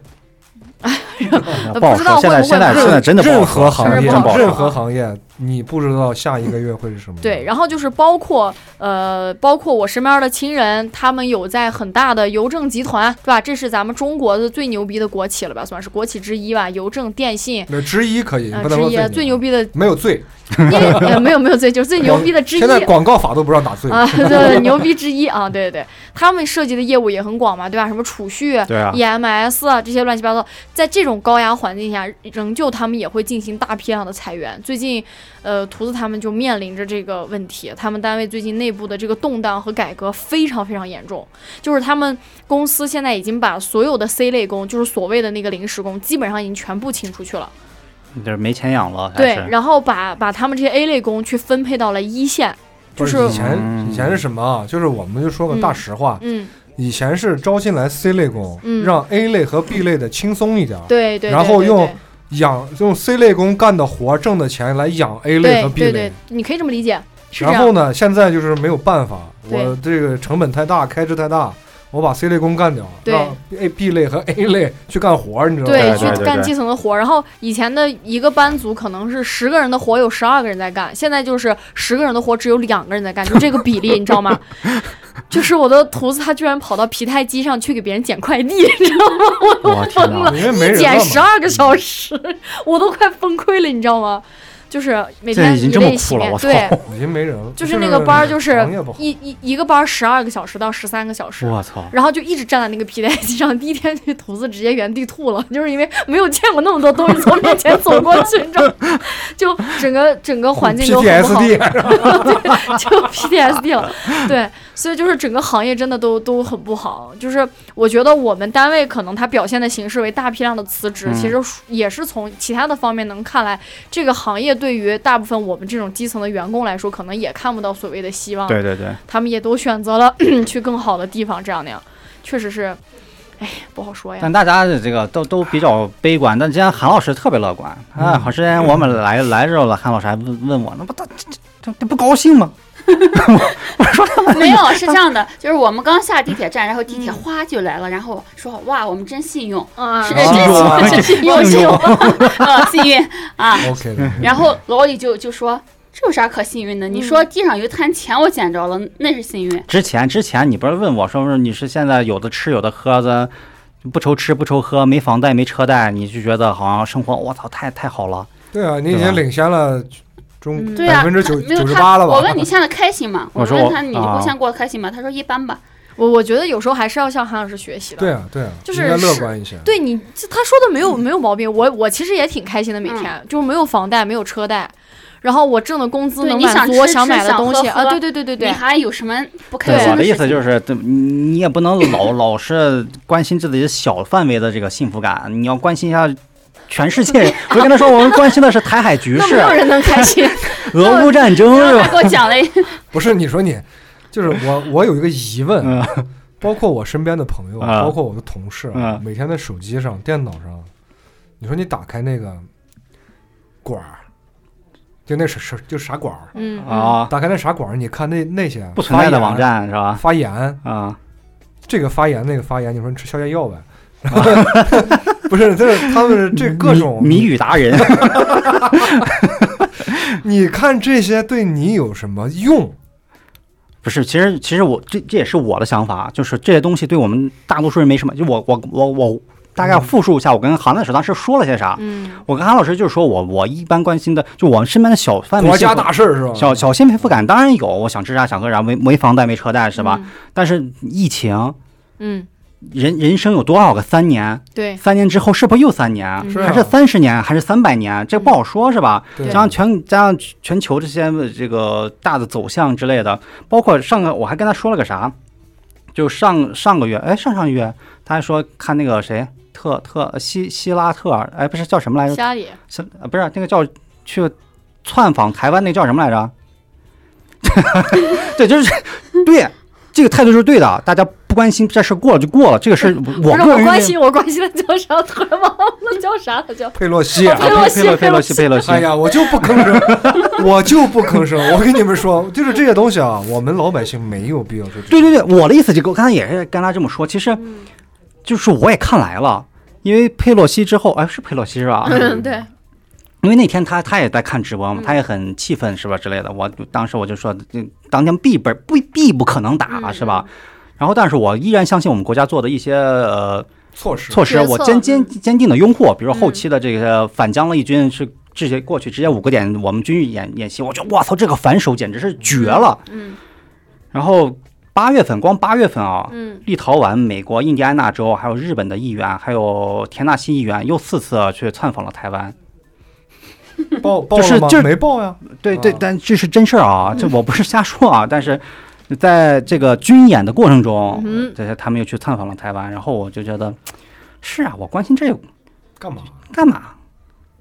不不好知道说。现会嗯不会在现在有现在真的不好任说何行真业的不好，说任何行业，你不知道下一个月会是什么。对，，然后就是包括呃，包括我身边的亲人，他们有在很大的邮政集团，对吧？这是咱们中国的最牛逼的国企了吧，算是国企之一吧。邮政、电信，那之一可以，呃，不之能说一最牛，逼的，没有罪。因为、呃、没有没有最就是最牛逼的之一。现在广告法都不让打罪。啊，对对，牛逼之一啊，对对对，他们涉及的业务也很广嘛，对吧？什么储蓄、对啊， EMS 啊，这些乱七八糟，在这种高压环境下，仍旧他们也会进行大批量的裁员。最近，呃，图子他们就面临着这个问题，他们单位最近内部的这个动荡和改革非常非常严重，就是他们公司现在已经把所有的 C 类工，就是所谓的那个临时工，基本上已经全部清出去了。就是没钱养了，哎还对是，然后把把他们这些 A 类工去分配到了一线，啊就不是以前嗯以前是什么啊？就是我们就说个大实话，嗯，以前是招进来 C 类工，嗯让 A 类和 B 类的轻松一点，对对对，然后对用对养用 C 类工干的活挣的钱来养 A 类和 B 对类。对对，你可以这么理解，是这然样后。呢，现在就是没有办法，对我这个成本太大，开支太大，我把 C 类工干掉了，对让 A、B 类和 A 类去干活儿，你知道吗？对，对去对干对基层的活儿。然后以前的一个班组可能是十个人的活儿有十二个人在干，现在就是十个人的活儿只有两个人在干，就这个比例，你知道吗？ 就是我的徒子，他居然跑到皮太机上去给别人捡快递，你知道吗？我天哪！因为没人捡了十嘛。二个小时，我都快崩溃了，你知道吗？就是每这天已经一这么类苦洗了面我操对，已经没人了。就是那个班儿，就是行业不好。一一一个班儿十二个小时到十三个小时，我操！然后就一直站在那个皮带机上。第一天，那图子直接原地吐了， 就是因为没有见过那么多东西从面前走过去，你知道吗， 就整个整个环境都很不好，PTSD，就 PTSD 了。对，所以就是整个行业真的都都很不好。就是我觉得我们单位可能它表现的形式为大批量的辞职，嗯其实也是从其他的方面能看来，这个行业对于大部分我们这种基层的员工来说，可能也看不到所谓的希望。对对对，他们也都选择了 去更好的地方，这样那样，确实是，哎，不好说呀。但大家的这个都都比较悲观，但今天韩老师特别乐观。嗯啊，好，之前我们来来的时候了，韩老师还问问我，那不他这嗯这这不高兴吗？ 没有，是这样的，就是我们刚下地铁站，然后地铁哗就来了，然后说哇，我们真信用，嗯啊，是是这信用啊真信用，信信用用， 啊，幸运啊。 OK 的。然后老李就就说。这有啥可幸运的？你嗯说地上有一滩钱，我捡着了，那是幸运。之前之前你不是问我说是你是现在有的吃有的喝的，不愁吃不愁喝，没房贷没车贷，你就觉得好像生活我操太太好 了。对啊，你已对吧经领先了中嗯对啊，百分之九他没有九十他八了吧？我问你现在开心吗？我说问我他你啊过现在过得开心吗？他说一般吧。我我觉得有时候还是要向韩老师学习的。对啊，对啊，就是应该乐是观一些。对你这他说的没有嗯没有毛病，我我其实也挺开心的，每天、就是没有房贷，没有车贷，然后我挣的工资对能你满想足吃我吃想买的想东喝西啊，喝对对对对你对，还有什么不开对心我的意事思情就是，对你你也不能老老是关心自己小范围的这个幸福感，你要关心一下全世界。 我跟他说，我们关心的是啊台海局 那没势、有人能开 心。俄乌战争哎然是后吧他？给我讲了一， 不是你说你，就是 我，我有一个疑问，嗯包括我身边的朋友，啊包括我的同事，嗯每天在手机上、电脑上，你说你打开那个管儿，就那是是就傻管儿，嗯，啊，打开那傻管儿，你看那那些不存在的网发言站是吧？发言，啊，这个发言那个发言，你说你吃消炎 药呗？ 不是，就是他们这各种谜谜语达人， 你看这些对你有什么用？不是，其实其实我这这也是我的想法，啊就是这些东西对我们大多数人没什么。就我我我我大概复述一下，我跟韩老师当时说了些啥。嗯，我跟韩老师就是说我我一般关心的，就我们身边的小范围国幸家福大事儿是吧？小小幸福感当然有，我想吃啥想喝啥，没没房贷没车贷是吧？嗯？但是疫情，嗯，人人生有多少个三年？对，三年之后是不是又三年？嗯是啊还是三十年？还是三百年？这不好说，是吧？对对加上全加上全球这些呃这个大的走向之类的，包括上个我还跟他说了个啥，就上上个月，哎，上上月他还说看那个谁特特希希拉特尔，哎，不是叫什么来着？家里是呃不是那个叫去窜访台湾那个叫什么来着？ 对，就是对这个态度是对的，大家不关心这事过了就过了，这个事不我是个我人关认心，我关心的叫啥？ 突然忘了叫啥了，叫佩洛西、啊佩洛西佩洛佩洛西佩洛 西哎，呀，我就不吭声， 我就不吭声。我跟你们说，就是这些东西啊，我们老百姓没有必要去。对对对，我的意思就我刚才也是跟他这么说，其实嗯就是我也看来了，因为佩洛西之后，哎，是佩洛西是吧？嗯对，因为那天他他也在看直播嘛嗯，他也很气愤是吧之类的。我当时我就说，这当天必本必必不可能打嗯是吧？然后，但是我依然相信我们国家做的一些呃措施措施，决我策坚坚坚定的拥护，比如嗯后期的这个反将了一军是直接过去直接五个点，我们军演演演习，我觉得我操这个反手简直是绝了。嗯然后八月份光八月份啊，嗯立陶宛、美国、印第安纳州还有日本的议员，还有田纳西议员又四次去窜访了台湾。报报就是了吗就是没报呀。对对啊，但这是真事儿啊，这我不是瞎说啊，但是。在这个军演的过程中，嗯这些他们又去探访了台湾，然后我就觉得，是啊，我关心这个干嘛？干嘛？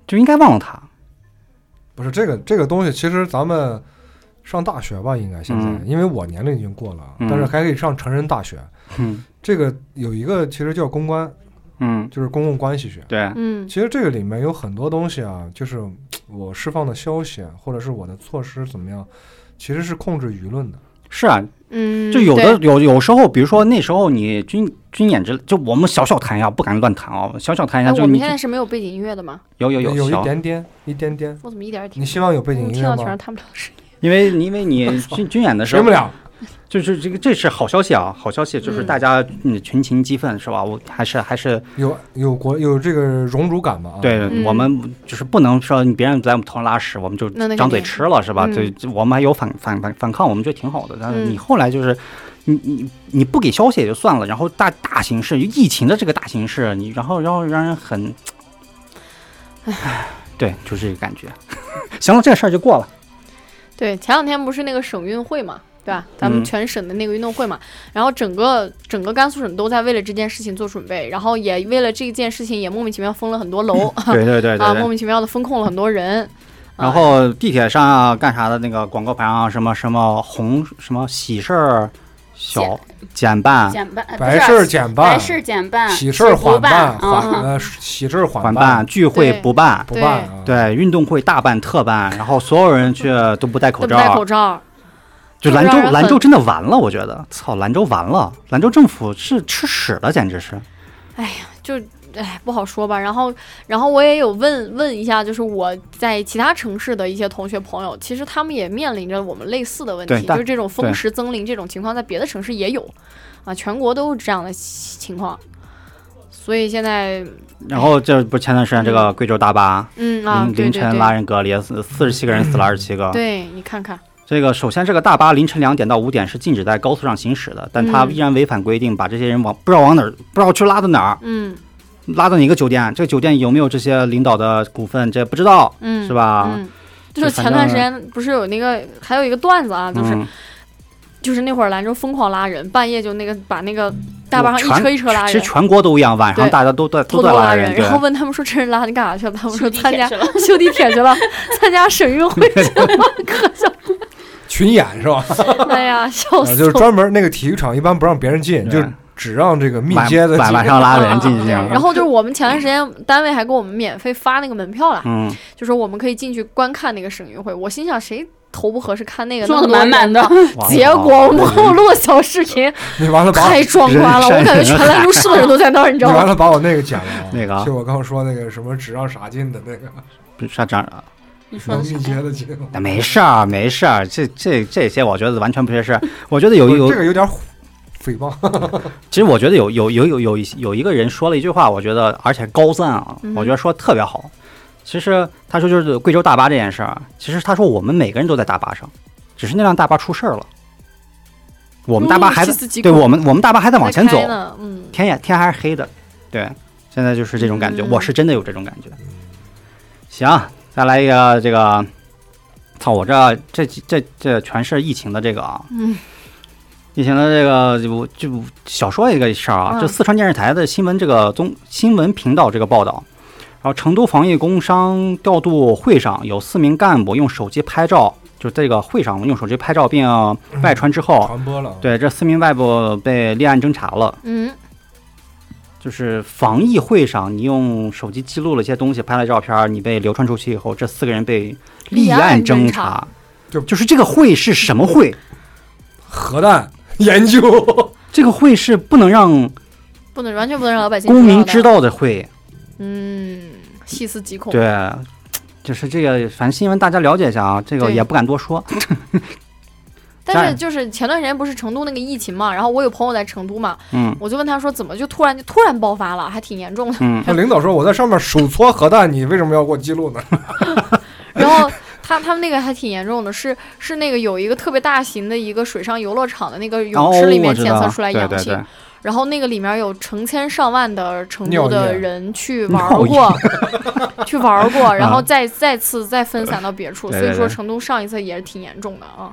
就应该忘了他。不是这个这个东西，其实咱们上大学吧，应该现在，嗯因为我年龄已经过了，啊嗯但是还可以上成人大学。嗯这个有一个其实叫公关，嗯，就是公共关系学。对，嗯其实这个里面有很多东西啊，就是我释放的消息啊或者是我的措施怎么样，其实是控制舆论的。是啊，嗯，就有对的有有时候，比如说那时候你军军演之，就我们小小谈一下，不敢乱谈啊，小小谈一哎，下，就我是们你现在是没有背景音乐的吗？有有有一小，点点，一点点。我怎么一点儿听你？希望有背我景们嗯音听乐到全是吗？他们唱的声音。因为因为 你军军演的时谁候们，俩？就是这个这是好消息啊，好消息就是嗯大家嗯群情激愤是吧？我还是还是有有国有这个荣辱感吧？啊，，对、嗯我们就是不能说你别人在我们头上拉屎，我们就那那肯定张嘴吃了是吧？嗯对，我们还有反反反反抗，我们觉得挺好的。但是嗯你后来就是。你你你不给消息也就算了，然后大大形势疫情的这个大形势，你然后然后让人很，唉，对，就这个感觉。 行了，这事儿就过了。对，前两天不是那个省运会嘛，对吧？咱们嗯全省的那个运动会嘛，然后整个整个甘肃省都在为了这件事情做准备，然后也为了这件事情也莫名其妙封了很多楼、对对嗯对对啊，对莫名其妙的封控了很多人。然啊、后地铁上啊干啥的那个广告牌啊，什么什么红什么喜事儿小减半减半，呃不白是事儿减半白，事儿嗯减半，喜事儿不缓办， 缓嗯，呃喜事儿缓缓办，聚会对不办，不办啊？，对，运动会大办特办，然后所有人去都不戴口都不戴口罩，罩，就就兰州让人兰很州真的完了，我觉得，操，兰州完了，兰州政府是吃屎了，简直是。就哎不好说吧。然后，然后我也有问问一下，就是我在其他城市的一些同学朋友，其实他们也面临着我们类似的问对题，但就是这种对风蚀增龄这种情况，在别的城市也有啊，全国都是这样的情况。所以现在，然后这不是前段时间这个贵州大巴嗯啊，凌对凌对晨拉对，人隔离，四四十七个人死了二十 七个。对你看看，这个首先这个大巴凌晨两点到五点是禁止在高速上行驶的，但他嗯依然违反规定，把这些人往不知道往哪儿，不知道去拉到哪儿，嗯拉到哪个酒店，这个酒店有没有这些领导的股份，这不知道，嗯，是吧？嗯，就是就反前段时正间不是有那个，还有一个段子啊，就是嗯就是那会儿兰州疯狂拉人，半夜就那个把那个大巴上全一车一车拉其实人，全国都一样，晚上对大家都在偷偷都在拉人，对然后问他们说这人拉你干啥去了？他们说修地参铁加去了， 修地铁去了，参加省运会去 了，可笑！群演是吧？哎呀，笑啊死就是我！专门那个体育场一般不让别人进，就对只让这个密晚接的晚进晚上拉人进 去，啊然后就是我们前段时间单位还给我们免费发那个门票了，嗯，就说我们可以进去观看那个省运会。我心想谁头不合适看那个？装的满满的。哇 结果我们后录小视 频，你完了把太壮观了！我人山感觉人全兰州市的人都在那儿，你你知道完吗？了把我那个剪了啊， 那个啊就我刚说那个什么只让啥进的那个，啥这样？你说能的密是接的进。那没事儿，没事儿，这这这些我觉得完全不是事儿。我觉得有不是有这个有点诽谤，其实我觉得有有有有有一有一个人说了一句话，我觉得而且高赞啊，嗯我觉得说得特别好。其实他说就是贵州大巴这件事儿，啊其实他说我们每个人都在大巴上，只是那辆大巴出事儿了， 我们大巴还嗯在，对我们我们大巴还在往前走在，开呢，嗯。天也天还是黑的，对，现在就是这种感觉，嗯我是真的有这种感觉。行，再来一个这个，操，我这这这这全是疫情的这个啊，嗯， 疫情的这个我就小说一个事儿啊，嗯这四川电视台的新闻这个综新闻频道这个报道，然后成都防疫工商调度会上有四名干部用手机拍照，就这个会上用手机拍照并外传之后，传播了啊。哦对这四名外部被立案侦查了。嗯，就是防疫会上，你用手机记录了一些东西，拍了照片儿，你被流传出去以后，这四个人被立案侦立案侦查就就是这个会是什么会？核弹研究，这个会是不能让不能完全不能让老百姓公民知知道的。道的会。嗯，细思极恐。对，就是这个，反正新闻大家了解一下啊，这个对也不敢多说。但是就是前段时间不是成都那个疫情嘛，然后我有朋友在成都嘛，嗯我就问他说怎么就突然就突然爆发了，还挺严重的。 嗯，那领导说我在上面手搓核弹，你为什么要给我记录呢？然后他他们那个还挺严重的，是是那个有一个特别大型的一个水上游乐场的那个哦泳池里我面知检道测出来对阳对性，对，然后那个里面有成千上万的成都尿的液人去玩儿尿液过， 去玩儿过，然啊后再再次再分散到别处，对所以对说对成都上一次也是挺严重的啊。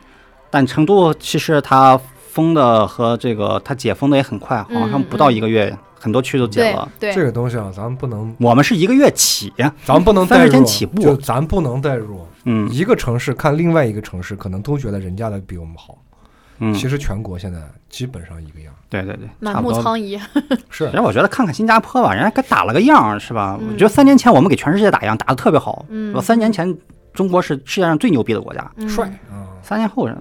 但成都其实它封的和这个它解封的也很快，好像嗯不到嗯一个月，很多区都解对了。对，这个东西啊，咱们不能，我们是一个月起，咱们不能三代十入，天起步就咱不能代入。嗯一个城市看另外一个城市，可能都觉得人家的比我们好。嗯，其实全国现在基本上一个样。对对对，满差不目多疮痍。是其，实我觉得看看新加坡吧，人家给打了个样儿，是吧？嗯我觉得三年前我们给全世界打样，打得特别好。嗯我三年前中国是世界上最牛逼的国家。嗯帅啊，三年后人，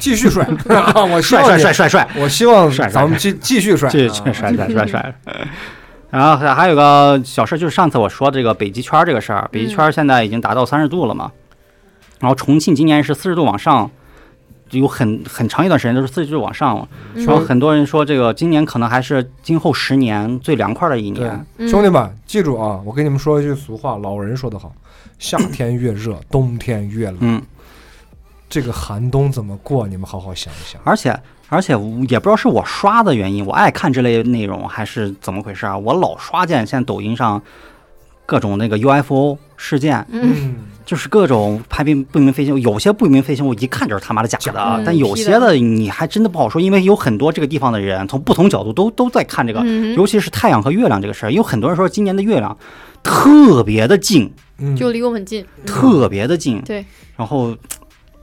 继续 帅啊！我希帅望帅你帅帅帅，我希望帅帅咱们继继续帅， 这啊这帅帅帅帅。 然后还还有个小事，就是上次我说这个北极圈这个事儿，北极圈现在已经达到三十度了嘛，然后重庆今年是四十度往上，有很很长一段时间都是四十度往上了。嗯然后很多人说这个今年可能还是今后十年最凉快的一年。嗯兄弟们，记住啊！我跟你们说一句俗话，老人说得好：夏天越热，冬天越冷。嗯，这个寒冬怎么过？你们好好想一想。而且而且也不知道是我刷的原因，我爱看这类内容还是怎么回事啊？我老刷见现在抖音上各种那个 UFO 事件，嗯嗯，就是各种拍不不明飞行，有些不明飞行我一看就是他妈的假的，啊假的但有些的你还真的不好说，因为有很多这个地方的人从不同角度都都在看这个，嗯尤其是太阳和月亮这个事儿，有很多人说今年的月亮特别的近，嗯就离我们近，特别的近，对，然后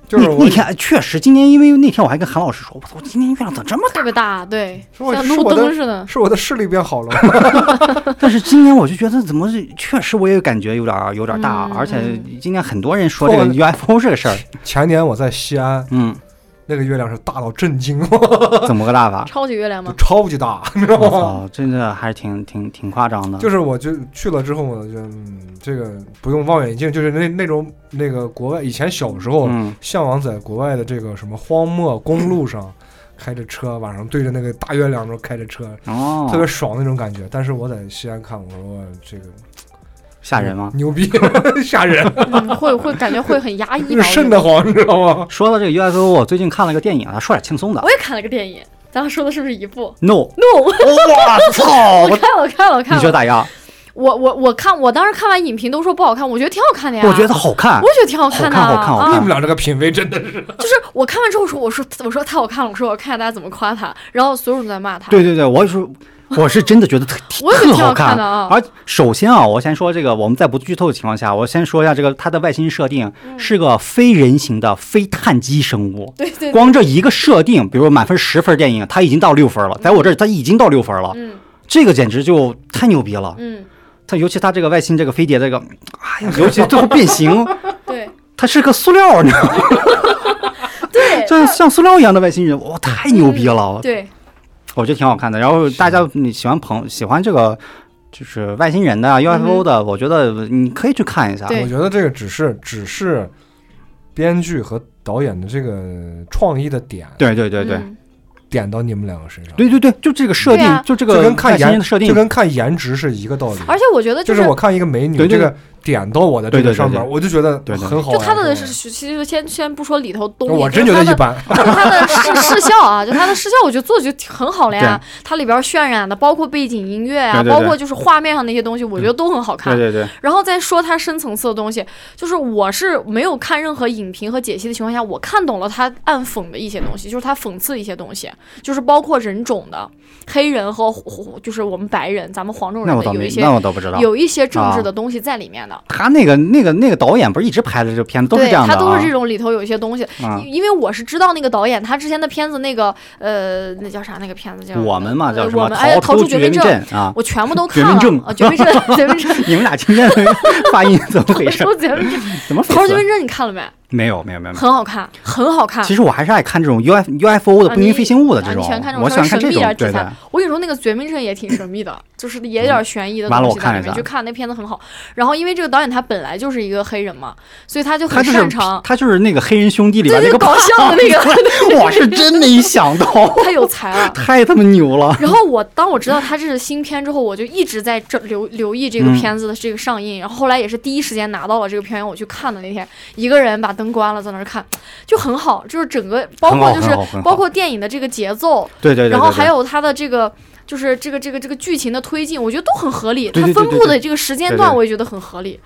就是那我那天确实今年，因为那天我还跟韩老师说，我操，今年月亮咋这么特别大，对，是我像是路我的灯似的。是我的视力变好了。 但是今年我就觉得怎么是，确实我也感觉有点儿有点儿大，啊嗯，而且嗯？今年很多人说这个 UFO 这个事儿，前年我在西安，嗯，那个月亮是大到震惊，怎么个大法 超级月亮 就 吗？超级大，你知我道吗？操，真的还是挺挺挺夸张 的。就是我就去了之后，我就、嗯、这个不用望远镜，就是那那种那个国外以前小时候、嗯，向往在国外的这个什么荒漠公路上开着车，晚上对着那个大月亮时候开着车，哦，特别爽那种感觉。但是我在西安看，我说哇这个吓人吗？牛逼， 吓人，嗯会会感觉会很压抑吧？瘆我觉得得慌，你知道吗？说到这个 UFO，我最近看了个电影啊，说点轻松的我。也看了个电影，咱俩说的是不是一部 No， ？No，我操！ 我哦我看了我看了我你看觉得了，咋样？我我我看我当时看完影评都说不好看，我觉得挺好哎看的呀。我觉得好看我。觉得挺好看的，好看好看好看你啊们俩这个品味真的是，就是我看完之后说，我说我说太好看了，我说我看大家怎么夸他，然后所有人都在骂他，对对对，我是我是真的觉得特我也觉得特挺好看看的。啊。而首先啊，我先说这个，我们在不剧透的情况下，我先说一下这个它的外星设定是个非人形的非碳基生物。嗯对对，对光这一个设定，比如说满分十分电影，它已经到六分了，在我这儿它已经到六分了，嗯这个简直就太牛逼了。嗯，它尤其它这个外星这个飞碟这个，哎呀，尤其最后变形，对它是个塑料，你知道吗？对像像塑料一样的外星人，哇，太牛逼了，对，我觉得挺好看的。然后大家你喜欢朋喜欢这个。就是外星人的啊 UFO 的，我觉得你可以去看一下。嗯对啊我觉得这个只是只是编剧和导演的这个创意的点对对对对嗯点到你们两个身上，对对对，就这个设对啊定，就这就个跟看外星人颜的设定就，跟看颜值是一个道理。而且我觉得就就是是我看一个美女，对这对个点到我的这对个对对上面，对我就觉得对对很好就玩。他的是是吧是其实先先不说里头东西，我就真是觉得他一的般。它的视视效啊，就它的视效，我觉得做的就很好了呀。它里边渲染的，包括背景音乐啊，对对对包括就是画面上那些东西，我觉得都很好看。对对对，然后再说它深层次的东西，就是我是没有看任何影评和解析的情况下，我看懂了它暗讽的一些东西，就是它讽刺一些东西，就是包括人种的黑人和就是我们白人，咱们黄种那人我的倒有没一，些那我倒不知道。有一些政治的东西在里面的。他那个那个那个导演不是一直拍的这个片子都是对，这样的他啊？都是这种里头有一些东西，啊，因因为我是知道那个导演，他之前的片子那个呃，那叫啥那个片子叫嗯我们嘛叫呃什么我们哎呀逃出出绝命命镇镇啊？我全部都 绝看了，命镇啊，绝命镇， 绝命镇，你们俩今天 的发音怎么回我 事？说绝 命镇，怎么逃出绝回事命镇你看了没？没有没有没有没有。很好看，很好看啊嗯其。实我还是爱看这种 U F U F O 的啊不明你飞行物的这啊种你喜欢看这，种我喜欢看稍这微种神秘点儿，对题材对，我跟你说，那个绝命镇也挺神秘的，就是也有点悬疑的嗯完了东我西在看里一下面。去看那片子很好，然后因为这个导演他本来就是一个黑人嘛，所以他就他很就擅是 长，他就是那个黑人兄弟里对边那对，个搞笑的那个，个，我是真没想到，太有才了。太他妈牛 了。然后我当我知道它这是新片之后，我就一直在这留留意这个嗯片子的这个上映，然后后来也是第一时间拿到了这个片源，我去看的那天，一个人把灯关了在那儿看，就很好，就是整个包很好括就是很好很好包括电影的这个节奏，对对对，然后对对还有它的这个。就是这个这个这个剧情的推进，我觉得都很合理。对它对分对对布的对这个时间对段，对我也觉得很合理。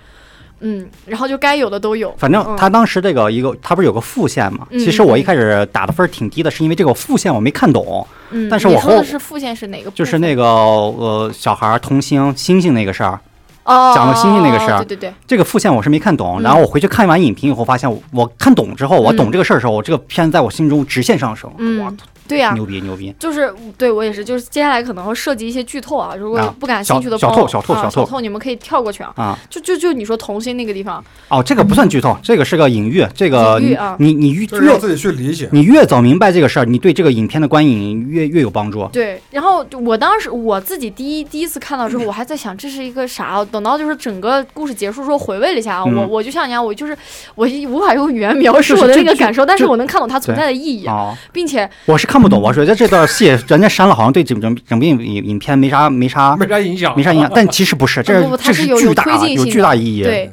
嗯，然后就该有的都有。反正嗯他当时这个一个，他不是有个副线嘛？嗯其实我一开始打的分儿挺低的，是因为这个副线我没看懂，嗯，但是你我说的后是副线是哪个部分？就是那个呃小孩儿童星星星那个事儿，哦，讲了星星那个事儿对对对，这个副线我是没看懂。嗯然后我回去看完影评以后，发现我我看懂之后，我嗯懂这个事儿之后，这个片子在我心中直线上升，嗯哇，对呀、牛逼牛逼，就是对我也是，就是接下来可能会涉及一些剧透啊，如果啊不感兴趣的小朋小友，透小透啊小透小透你们可以跳过去啊。啊！就就就你说童心那个地方，哦，这个不算剧透，这个是个隐喻，这个隐喻你啊你你越就是让自己去理解。你越早明白这个事儿，你对这个影片的观影越越有帮助。对。然后我当时我自己第一第一次看到之后，我还在想这是一个啥啊？等到就是整个故事结束之后回味了一下啊，嗯我我就像你一样，我就是我一无法用语言描述就是我的这那个就感受，但是就我能看懂它存在的意义，哦，并且我是看不懂，我觉得这段嗯戏人家删了，好像对整整整部影影片没啥没啥没啥影响，没啥影响，但其实不是，这不不它这是是有有巨大推进性有的巨大意义。对。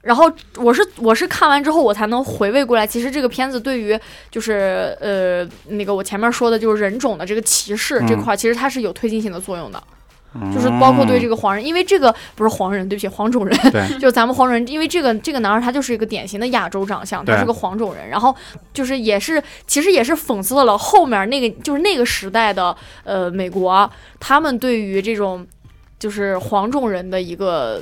然后我是我是看完之后我才能回味过来，其实这个片子对于就是呃那个我前面说的就是人种的这个歧视这嗯块儿，其实它是有推进性的作用的，嗯，就是包括对这个个黄人，因为这个不是黄人，对不起，黄种人，对 就是咱们黄种人，因为这个这个男孩他就是一个典型的亚洲长相，他对是个黄种人，然后就是也是其实也是讽刺了后面那个就是那个时代的呃美国，他们对于这种就是黄种人的一个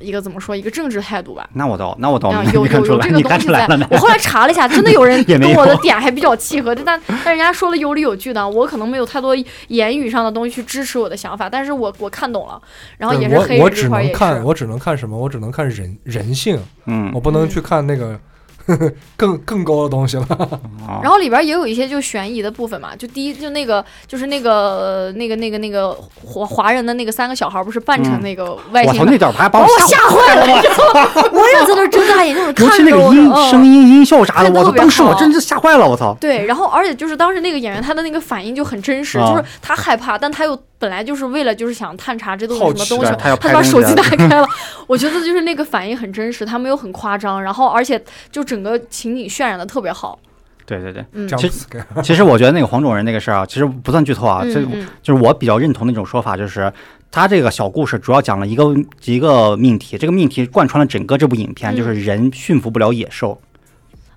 一个怎么说一个政治态度吧。那我倒那我倒啊，有没看有出有来，这个你东看西出在来了没。？我后来查了一下，真的有人 也没跟我的有点还比较契合，但但但人家说的有理有据的，我可能没有太多言语上的东西去支持我的想法，但是我我看懂了，然后也是对黑我我人只这块儿能也看，是，我只能看什么？我只能看人人性，嗯我，不能嗯去看那个 更更高的东西了。哦然后里边也有一些就悬疑的部分嘛，就第一就那个就是那个那个那个那个华华人的那个三个小孩儿不是扮成嗯那个外我星操，人那。点儿还把把哦我吓吓坏了，你知道吗？我也在那儿睁大眼睛，我尤其看那着个我音嗯声音音效啥的，看得我操特别当时我好真是吓坏了，我操！对，然后而且就是当时那个演员他的那个反应就很真实，啊就是他害怕，但他又本来就是为了就是想探查这都是什么东对西好，他要他拍把东西手机了打开了。我觉得就是那个反应很真实，他没有很夸张，然后而且就整个情景渲染的特别好。对对对，嗯， Jump 其 scare 其实我觉得那个黄种人那个事儿啊，其实不算剧透啊，嗯这嗯就是我比较认同的一种说法，就是他这个小故事主要讲了一个一个命题，这个命题贯穿了整个这部影嗯片，就是人驯服不了野兽，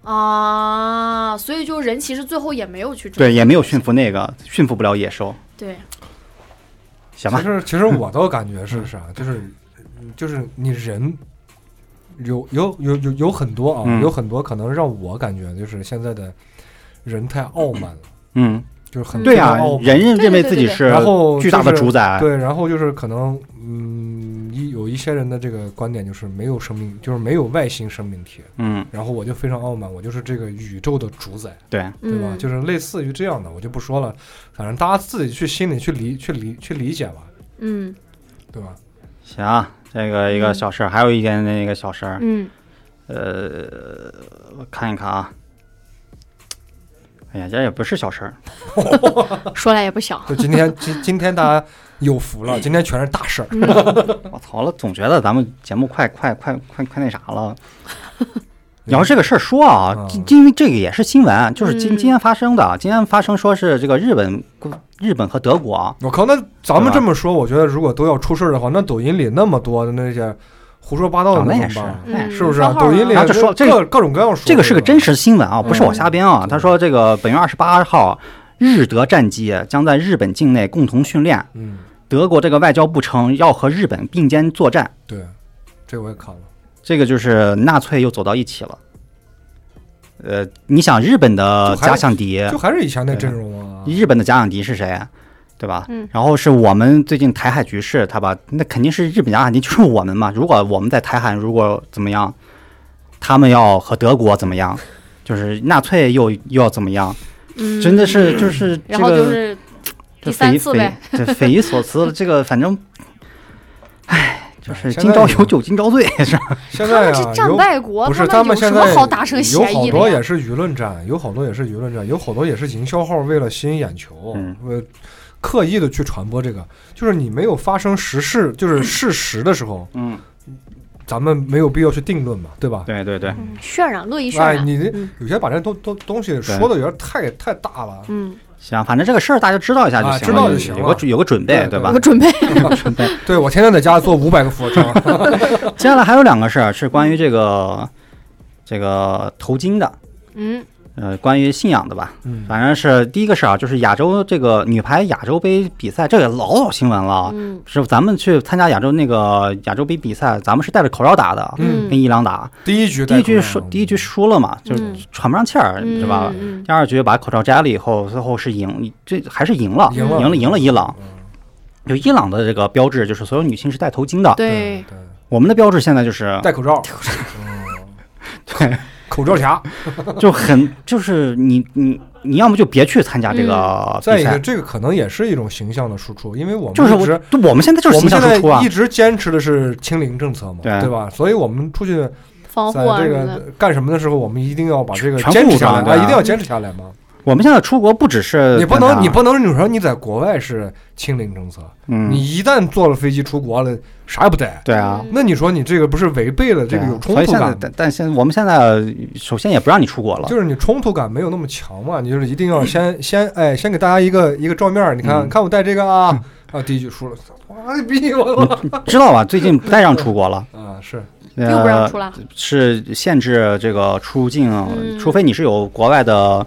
啊，所以就人其实最后也没有去争对，也没有驯服那个驯服不了野兽，对，其行吧？实其实我倒感觉是啥， 就是就是你人有有有有有很多啊，嗯有很多可能让我感觉就是现在的人太傲慢了， 嗯，就是很对非啊常傲，慢人对认对认为对自己对是然后巨大的就是主宰，对，然后就是可能嗯，一有一些人的这个观点就是没有生命，就是没有外星生命体，嗯，然后我就非常傲慢，我就是这个宇宙的主宰。对，嗯对吧？就是是类似于这样的，我就不说了，反正大家自己去心里去理去理去理解吧，嗯对吧？行啊，这个一个嗯小事儿，还有一件那个小事儿，嗯，呃，我看一看啊。哎呀，这也不是小事儿，说来也不小。 就今天今今天大家有福嗯了，今天全是大事儿。嗯我操了，总觉得咱们节目快快快快快那啥了。你要是这个事儿说啊，嗯因为这个也是新闻，就是今嗯今天发生的，啊今天发生说是这个日本日本和德国啊，我靠，那咱对们吧这么说，我觉得如果都要出事儿的话，那抖音里那么多的那些胡说八道的啊那也怎么办是嗯是不是啊？嗯抖音里然后就说这各各种各样说，这个是个对吧真。实新闻啊，不是我瞎编啊。嗯他说这个本月二十八号，日德战机啊将在日本境内共同训练。嗯，德国这个外交部称要和日本并肩作战，对，这我也看了。这个就是纳粹又走到一起了。呃，你想日本的就还假想敌，就还是以前那阵容啊，日本的假想敌是谁，啊对吧？嗯然后是我们最近台海局势，他把那肯定是日本假想敌就是我们嘛。如果我们在台海如果怎么样，他们要和德国怎么 样，就是纳粹又又要怎么样，嗯，真的是就是这然后个就是第这三匪次匪 呗这匪夷所思 了。这个反正，唉，就是现今在朝你有酒今朝醉是吧？现他在们啊，这战有败国，不是他有们什现么在好达成协有好议多的也呀？是舆论战，有好多也是舆论战，有好多也是营销号为了吸引眼球，嗯呃，刻意的去传播这个。就是你没有发生实事，就是事实的时候，嗯，咱们没有必要去定论嘛，对吧？对对对，嗯渲染，乐意渲哎，染。你这嗯有些把这东东东西说的有点太太大了。嗯，行，反正这个事儿大家知道一下就啊行了，知道就有行有了个有个准备，对对对吧有个？准备。有个准备。对我天天在家做五百个俯卧撑，接下来还有两个事儿是关于这个这个头巾的，嗯，呃，关于信仰的吧，嗯反正是第一个事儿啊，就是亚洲这个女排亚洲杯比赛，这个老有新闻了啊。嗯是咱们去参加亚洲那个亚洲杯比赛，咱们是戴着口罩打的，啊嗯跟伊朗打。第一局第带出一来局了输，第一局输了嘛，就是嗯喘不上气儿，你知道吧？嗯第二局把口罩摘了以后，最后是赢，这还是赢了，赢赢了了，赢了伊朗。嗯就伊朗的这个标志就是所有女性是戴头巾的，对，对，我们的标志现在就是戴口罩，对，口罩侠。 就很就是你你你要么就别去参加这个嗯再比一个，赛，这个可能也是一种形象的输出，因为我就是们一我直就我们现在就是我们形象现输出在啊一，直坚持的是清零政策嘛，对对吧？所以我们出去防护在啊这什么的，个干什么的时候，我们一定要把这个全坚持部下来装对啊，啊呃一定要坚持下来嘛。我们现在出国不只是你不参加能，你不能，你说你在国外是清零政策，嗯你一旦坐了飞机出国了，啥也不带。对嗯啊。那你说你这个不是违背嗯了这个有冲所以突现在感，吗？但但现在我们现在首先也不让你出国了，就是你冲突感没有那么强 嘛？你就是一定要先 先哎，先给大家一个一个照面儿，你看嗯看我戴这个啊啊，第一句输了，哇逼我你知道吧？最近不再让出 国了，啊是又不让呃出了，是限制这个出入境，嗯除非你是有国外的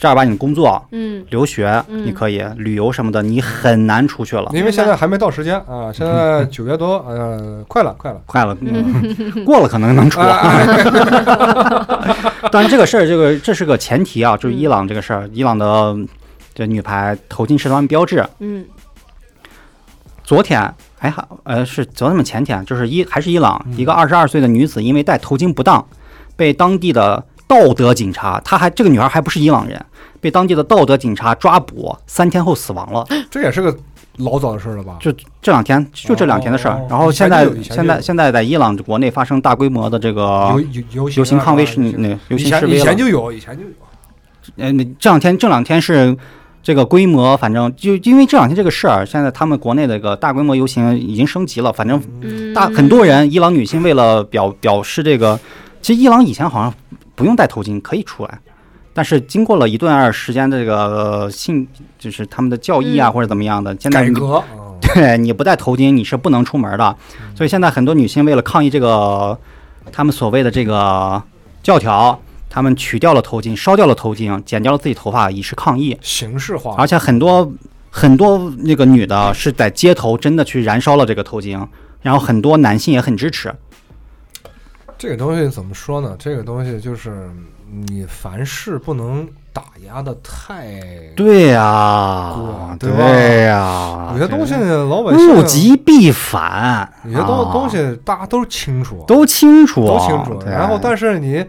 正儿八经工作、嗯留学，嗯你可以旅游什么的，你很难出去了。因为现在还没到时间嗯啊，现在九月多，呃，快了，快了。啊哎快 了，嗯过了可能能出。 但这个事儿，这个这是个前提啊，嗯就是伊朗这个事儿，伊朗的这女排头巾是他们标志。嗯昨天哎还呃是昨天吗？前天就是伊还是伊朗嗯一个二十二岁的女子，因为戴头巾不当，被当地的道德警察，她还这个女孩还不是伊朗人，被当地的道德警察抓捕，三天后死亡 了。 这也是个老早的事儿了吧？就这两天就这两天的事儿哦。然后现在以前就有以前就现有在现在在伊朗国内发生大规模的这游个游游游行啊抗威示游行那游以行示前威以了前。就有，以前就有。呃，你这两天这两天是这个规模，反正就因为这两天这个事儿，现在他们国内的一个大规模游行已经升级了。反正嗯，大很多人，伊朗女性为了表表示这个，其实伊朗以前好像不用戴头巾可以出来。但是经过了一段时间的这个呃性，就是他们的教义啊，嗯或者怎么样的，现在改你啊革，啊对 你不戴头巾你是不能出门的。嗯所以现在很多女性为了抗议这个他们所谓的这个教条，她们取掉了头巾，烧掉了头巾，剪掉了自己头发以示抗议。形式化，而且很多很多那个女的是在街头真的去燃烧了这个头巾，然后很多男性也很支持。这个东西怎么说呢？这个东西就是你凡事不能打压的太，对呀、哇对吧对呀、有些东西老百姓物极必反，啊有些东啊东西大家都清楚，都清楚，都清楚。对然后但是你，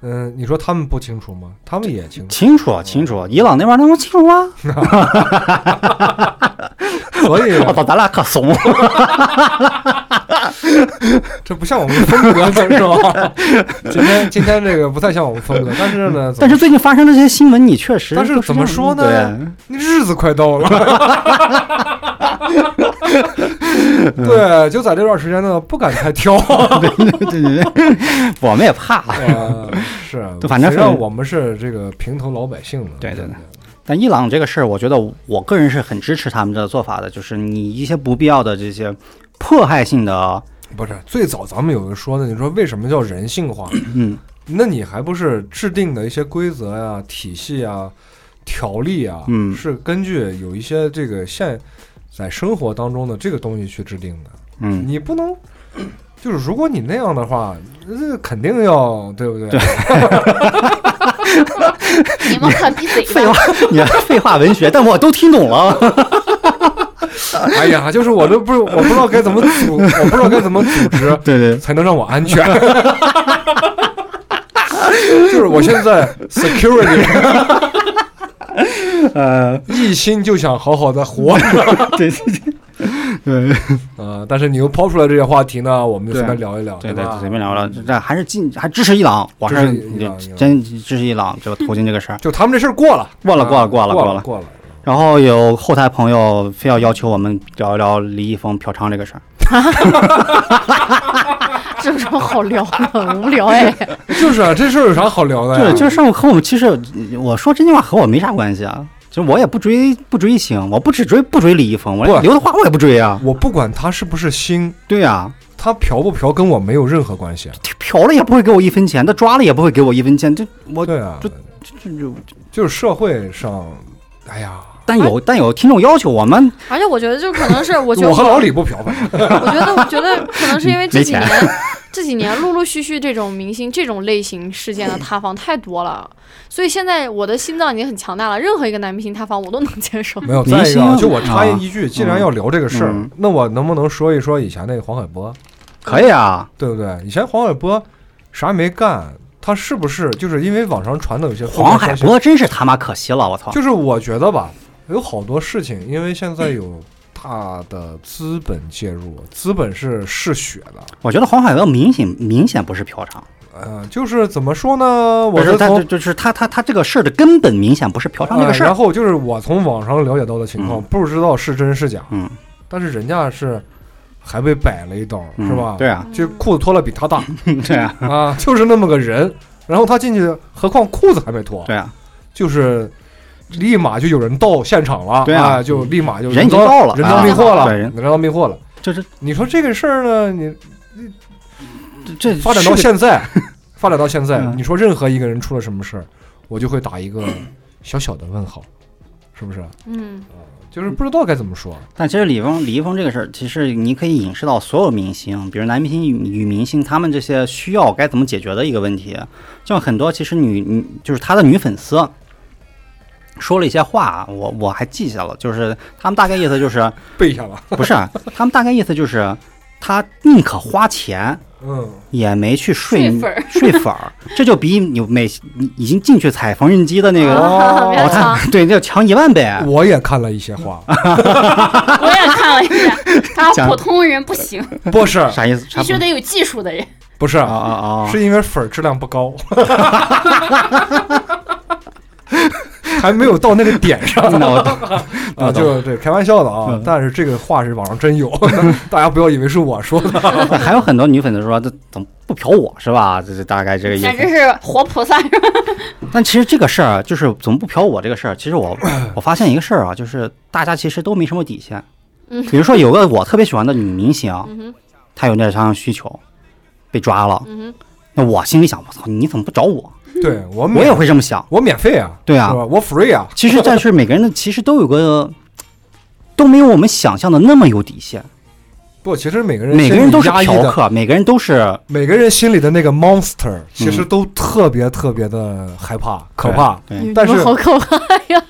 嗯，你说他们不清楚吗？他们也清楚。 清楚清楚，伊朗那边儿能清楚啊？所以我操，咱俩可怂了。这不像我们的风 格，是吧？今天今天这个不太像我们风格，但是呢，怎但么是最近发生这些新闻，你确实嗯但是都这怎么样说呢？日子快到了。 对，就在这段时间呢，不敢太 挑。对对对对对，我们也怕。呃是，对反正谁让是我们是这个平头老百姓呢。对对对不，但伊朗这个事儿，我觉得我个人是很支持他们的做法的，就是你一些不必要的这些迫害性的，不是最早咱们有个说的，你说为什么叫人性化？嗯，那你还不是制定的一些规则呀、体系啊、条例啊，嗯是根据有一些这个现在生活当中的这个东西去制定的。嗯，你不能，就是如果你那样的话，这肯定要对不对？你们快闭嘴废吧！话，你的废话文学，但我都听懂了。 哎呀，就是我都不是，我不知道该怎么 组，我不知道该怎么组织对对，才能让我安全。 就是我现在 security 呃，一心就想好好的活着对对对对啊、但是你又抛出来这些话题呢，我们就随便对啊聊一聊，对吧？对，随便聊聊，这还是进还支持伊朗，我还支持伊朗伊是朗真支持伊朗这个头巾这个事儿。就他们这事儿过了，过了啊过了过过了过了了过了，然后有后台朋友非要要求我们聊一聊李易峰嫖娼这个事儿，这有什么好聊的？很无聊哎。就是啊，这事儿有啥好聊的就是呀？这事儿和我们其实我说真心话和我没啥关系啊，就是我也不追不追星，我不只追不追李易峰，我不连刘德华我也不追啊，我不管他是不是星，对啊呀、他嫖不嫖跟我没有任何关系。啊嫖了也不会给我一分钱，他抓了也不会给我一分钱，这我对啊，就这这就是社会上，哎呀，但有但有听众要求我们 而且我觉得就可 能是，我觉得我和老李不漂白，我觉得，我觉得可能是因为这没几钱年，这几年陆陆续续这种明星、这种类型事嗯件的塌房太多了，所以现在我的心脏已经很强大了，任何一个男明星塌房我都能接受。没有。明再一个啊，星就我插啊一句，既然要聊这个事儿嗯，那我能不能说一说以前那个黄海波，可以啊，对不对？以前黄海波啥也没干，他是不是就是因为网上传的有些疯黄狂海消息波真是他妈可惜了，我操！就是我觉得吧，有好多事情，因为现在有大的资本介入，资本是嗜血的。我觉得黄海波明显明显不是嫖娼，呃，就是怎么说呢？不我是是他从就就是他他他这个事儿的根本明显不是嫖娼这个事呃儿然，后就是我从网上了解到的情况，嗯不知道是真是假，嗯，但是人家是还被摆了一刀，嗯是吧？对，啊，就裤子脱了比他 大对啊，啊，就是那么个人。然后他进去，何况裤子还没脱，对啊，就是立马就有人到现场了，对啊啊，就立马就人已经赃到了人赃啊并获了，对人人赃并获了。就是你说这个事儿呢，你这这发展是到个现 在，发展到现在，嗯你说任何一个人出了什么事儿，我就会打一个小小的问号，是不是？啊嗯，就是不知道该怎么说。但其实李易峰李易峰这个事儿，其实你可以引申到所有明星，比如男明星与明星，他们这些需要该怎么解决的一个问题。就像很多其实女女就是他的女粉丝说了一些话，啊我我还记下了，就是他们大概意思就是背一下吧。不是啊，他们大概意思就是他宁可花钱嗯，也没去睡睡粉儿睡粉儿，这就比你每已经进去踩缝纫机的那个、哦不哦要他强，啊 对那要强一万倍。我也看了一些 话，我也看了一下，他讲普通人不行，不是，啥意思？啥必须得有技术的人。不是啊，啊 啊！是因为粉儿质量不 高，还没有到那个点 上那我懂啊。那倒就对，开玩笑的啊嗯。但是这个话是网上 真有，大家不要以为是我说的。嗯还有很多女粉丝说，这怎么不嫖我是吧？这是大概这个意简直思。是活菩萨是吧？但其实这个事儿，啊就是怎么不嫖我这个事儿，其 实我我发现一个事儿啊，就是大家其实都没什么底线。嗯比如说有个我特别喜欢的女明星，嗯哼，她有那项需求，被抓了，嗯哼，那我心里想，我操，你怎么不找我？对我我免也会这么想。我免费啊，对啊是吧？我 free 啊，其实，但是每个人的其实都有个。都没有我们想象的那么有底线，不，其实每个人每个人都是心里压抑嫖的，客，每个人都是每个人心里的那个 monster，其实都特别特别的害怕、可怕。对你但是们好可怕呀！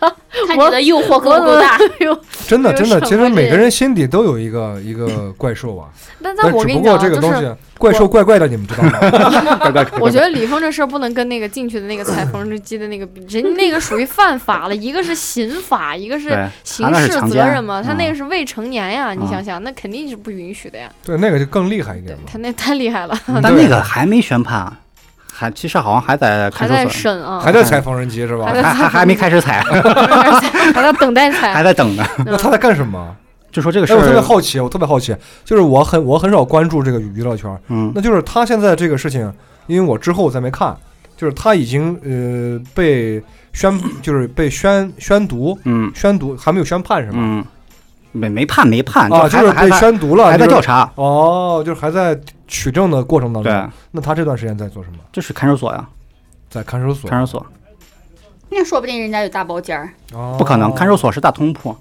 看你的诱惑够不够大。哎呦，真的，没有真什的，么其实每这个人心底都有一个一个怪 兽啊。但但但我只跟不你讲过啊，这个就东是西怪兽怪怪的，你们知道吗？ 我觉得李易峰这事儿不能跟那个进去的那个踩缝纫机的那个比，人那个属于犯法了，一个是刑法，一个是对，刑那是事强责奸任嘛，他嗯那个是未成年呀，你嗯想想，那肯定是不允许的呀，对，那个就更厉害一对 点嘛。他那太厉害了，嗯但对那个还没宣判，啊还其实好像还在还看在守所，审啊，还在踩缝纫机是吧还？还还还没开始踩，还在等待采 嗯还在等呢。那他在干什么？就说这个事哎，我特别儿，好奇，我特别好奇，就是我很我很少关注这个娱乐圈，嗯，那就是他现在这个事情，因为我之后再没看，就是他已经呃被宣，就是被宣宣读。嗯宣读还没有宣判是吗？嗯，没没判没判，啊，就还是嗯还被还宣读了，还就在是调查，哦，就是还在取证的过程当对中。，那他这段时间在做什么？就是看守所呀，在看守所。看守所那说不定人家有大包间儿，哦不可能，看守所是大通铺。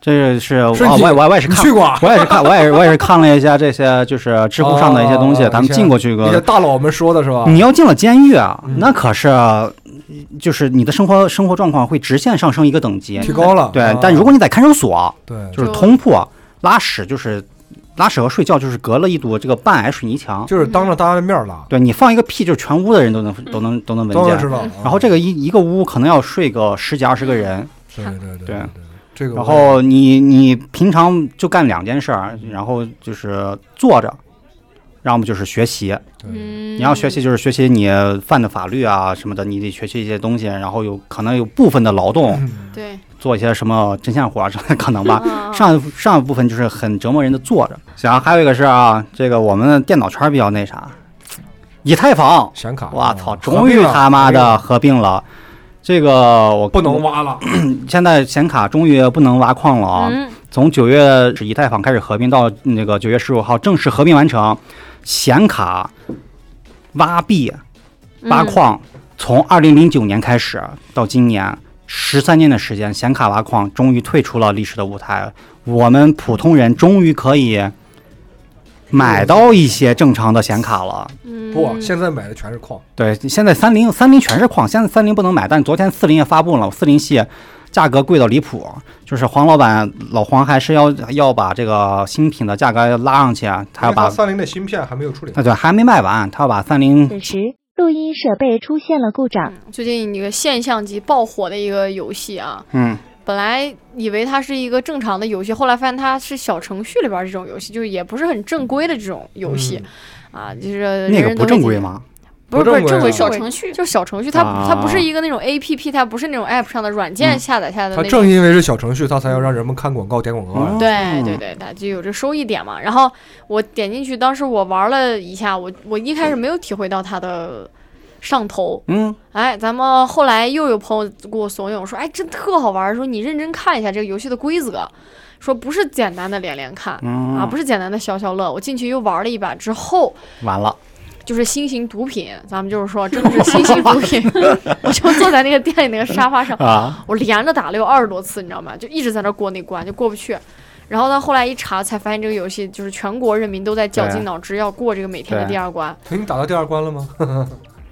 这是啊，是你我也我也我也是你看，去过啊？我也是看，我也是我也是看了一下这些就是知乎上的一些东西哦，咱们进过去你这个。嗯大佬们说的是吧？你要进了监狱啊嗯，那可是就是你的生活生活状况会直线上升一个等级。提高了。对啊，但如果你在看守所，对，就是就通铺拉屎，就是拉屎和睡觉就是隔了一堵这个半矮水泥墙，就是当着大家的面儿拉，对你放一个屁，就是全屋的人都能都能都能闻当然知见。道。啊然后这个，个一一个屋可能要睡个十几二十个人，对对对对对，这个我。然后你你平常就干两件事儿，然后就是坐着，要么就是学习。对嗯，你要学习就是学习你犯的法律啊什么的，你得学习一些东西，然后有可能有部分的劳动，对，做一些什么针线活儿，可能吧。嗯啊上一上一部分就是很折磨人的坐着，然后还有一个是啊，这个我们电脑圈儿比较那啥，以太坊，显卡，我操，嗯终于他妈的合并了，这个我不能挖了，现在显卡终于不能挖矿了啊！嗯从九月以太坊开始合并到那个九月十五号正式合并完成，显卡、挖币、挖嗯矿、从二零零九年开始到今年十三年的时间，显卡挖矿终于退出了历史的舞台，我们普通人终于可以买到一些正常的显卡了。嗯，不，现在买的全是矿，对，现在三菱三菱全是矿，现在三菱不能买，但昨天四菱也发布了，四菱系价格贵到离谱，就是黄老板老黄还是要要把这个新品的价格要拉上去，啊他要因为它把三菱的芯片还没有处理好啊。对还没卖完，他要把三菱此时，录音设备出现了故障。最近一个现象级爆火的一个游戏啊，嗯本来以为它是一个正常的游戏，后来发现它是小程序里边儿这种游戏，就是也不是很正规的这种游戏、嗯啊，就是人嗯那个人不都正会规进？吗？不是不是正不正规规正小规程嗯序，就是小程序，它不、它不是啊一个那种 A P P，它不是那种 App 上的软件嗯下载下的它那种。正因为是小程序，它才要让人们看广告、点广告啊呀。对嗯对对，它就有这收益点嘛。然后我点进去，当时我玩了一下，我我一开始没有体会到它的上头。嗯，哎，咱们后来又有朋友给我怂恿说，哎，真特好玩儿，说你认真看一下这个游戏的规则，说不是简单的连连看。嗯啊，不是简单的消消乐。我进去又玩了一把之后，完了，就是新型毒品，咱们就是说，真的是新型毒品。 我就坐在那个店里那个沙发上，啊，我连着打了有二十多次，你知道吗？就一直在那儿过那关，就过不去。然后到后来一查，才发现这个游戏就是全国人民都在绞尽对脑汁要过这个每天的对嗯第二关。所以你打到第二关了吗？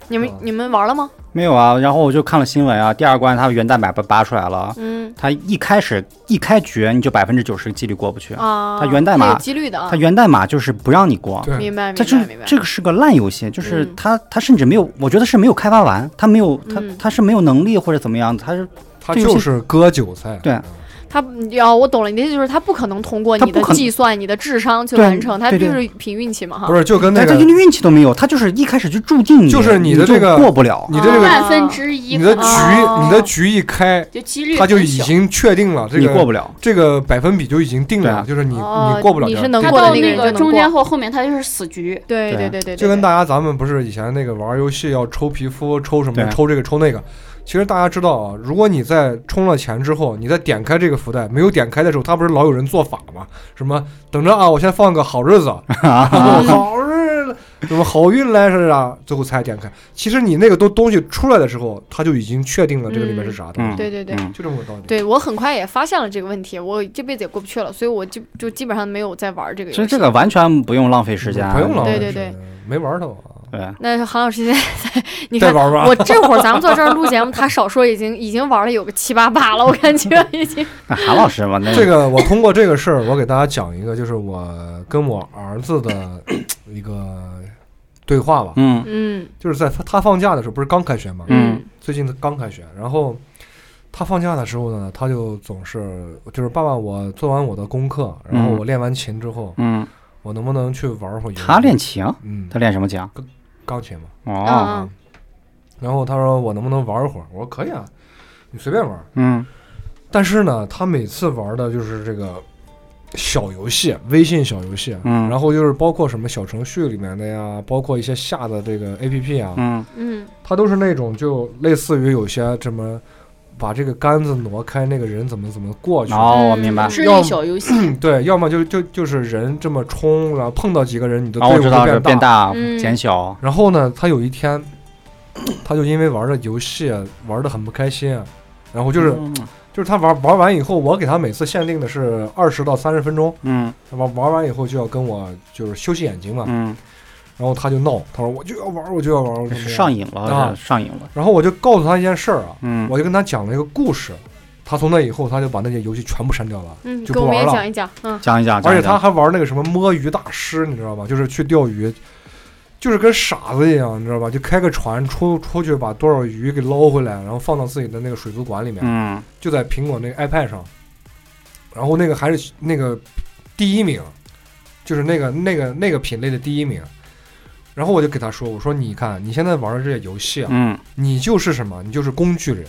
你们哦你们玩了吗？没有啊。然后我就看了新闻啊，第二关他原蛋白被扒出来了，嗯他一开始一开局你就百分之九十几率过不去，啊，它源代它有码几率的啊他。源代码就是不让你过。对，明白它明这白明白。这个是个烂游戏，就是嗯它它甚至没有，我觉得是没有开发完，它没有它嗯它是没有能力或者怎么样，它是它就是割韭菜。对他要、哦我懂了，你的意思就是他不可能通过它你的不可能计算、你的智商去对完成，他对就对是凭运气嘛哈不。是就跟那个它连运气都没有，它就是一开始就注定你就是你你的这个就过不了。你的这个啊万分之一你的可局能啊你的局一开，就几率它就很已小经确定了这你过个不了，这个百分比就已经定对了，啊就是你哦你过不了你这个。是能他过的到那个那人就个能中过间或后面，他就是死局。对对对啊对对，就跟对大家咱们不是以前那个玩游戏要抽皮肤、抽什么、对抽这个、抽那个。其实大家知道啊，如果你在充了钱之后，你再点开这个福袋，没有点开的时候，它不是老有人做法吗？什么等着啊，我先放个好日子，好日子，什么好运来着啊，最后才点开。其实你那个都东西出来的时候，它就已经确定了这个里面是啥东嗯，西，对对对嗯就这么个道理。对我很快也发现了这个问题，我这辈子也过不去了，所以我就就基本上没有再玩这个游戏。其实这个完全不用浪费时间，啊不用浪费对对时间，没玩到啊，对，那韩老师现在 你再看。玩吧。我这会儿咱们坐这儿录节目，他少说已经已经玩了有个七八把了，我感觉已经。那韩老师嘛，那这个我通过这个事儿，我给大家讲一个，就是我跟我儿子的一个对话吧。嗯嗯就是在他他放假的时候，不是刚开学嘛，嗯最近他刚开学，然后他放假的时候呢，他就总是就是爸爸，我做完我的功课，然后嗯我练完琴之后，嗯，我能不能去玩会儿游戏？他练琴，嗯他练什么琴？钢琴嘛。哦，嗯然后他说我能不能玩会儿？我说可以啊，你随便玩。嗯但是呢，他每次玩的就是这个小游戏，微信小游戏，啊嗯然后就是包括什么小程序里面的呀，包括一些下的这个 APP 啊，嗯嗯它都是那种就类似于有些什么把这个杆子挪开，那个人怎么怎么过去。哦，我嗯明白，智要力小游戏，对，要么就就就是人这么冲，然后碰到几个人，你的哦，我队伍就知道变是变大嗯减小，然后呢，他有一天，他就因为玩的游戏啊玩的很不开心啊，然后嗯就是就是他玩玩完以后，我给他每次限定的是二十到三十分钟，嗯他玩玩完以后就要跟我就是休息眼睛嘛，嗯，然后他就闹，他说我就要玩，我就要玩，我就怎么是样上瘾了，啊上瘾了，然后我就告诉他一件事儿啊，嗯，我就跟他讲了一个故事，他从那以后他就把那些游戏全部删掉了，嗯，就给不我们也玩了讲一讲。嗯讲啊一讲，而且他讲一讲还玩那个什么摸鱼大师，你知道吗？就是去钓鱼，就是跟傻子一样，你知道吧？就开个船出出去把多少鱼给捞回来，然后放到自己的那个水族馆里面，嗯就在苹果那个 iPad 上，然后那个还是那个第一名，就是那个那个那个品类的第一名。然后我就给他说：“我说你看，你现在玩的这些游戏啊，嗯你就是什么？你就是工具人，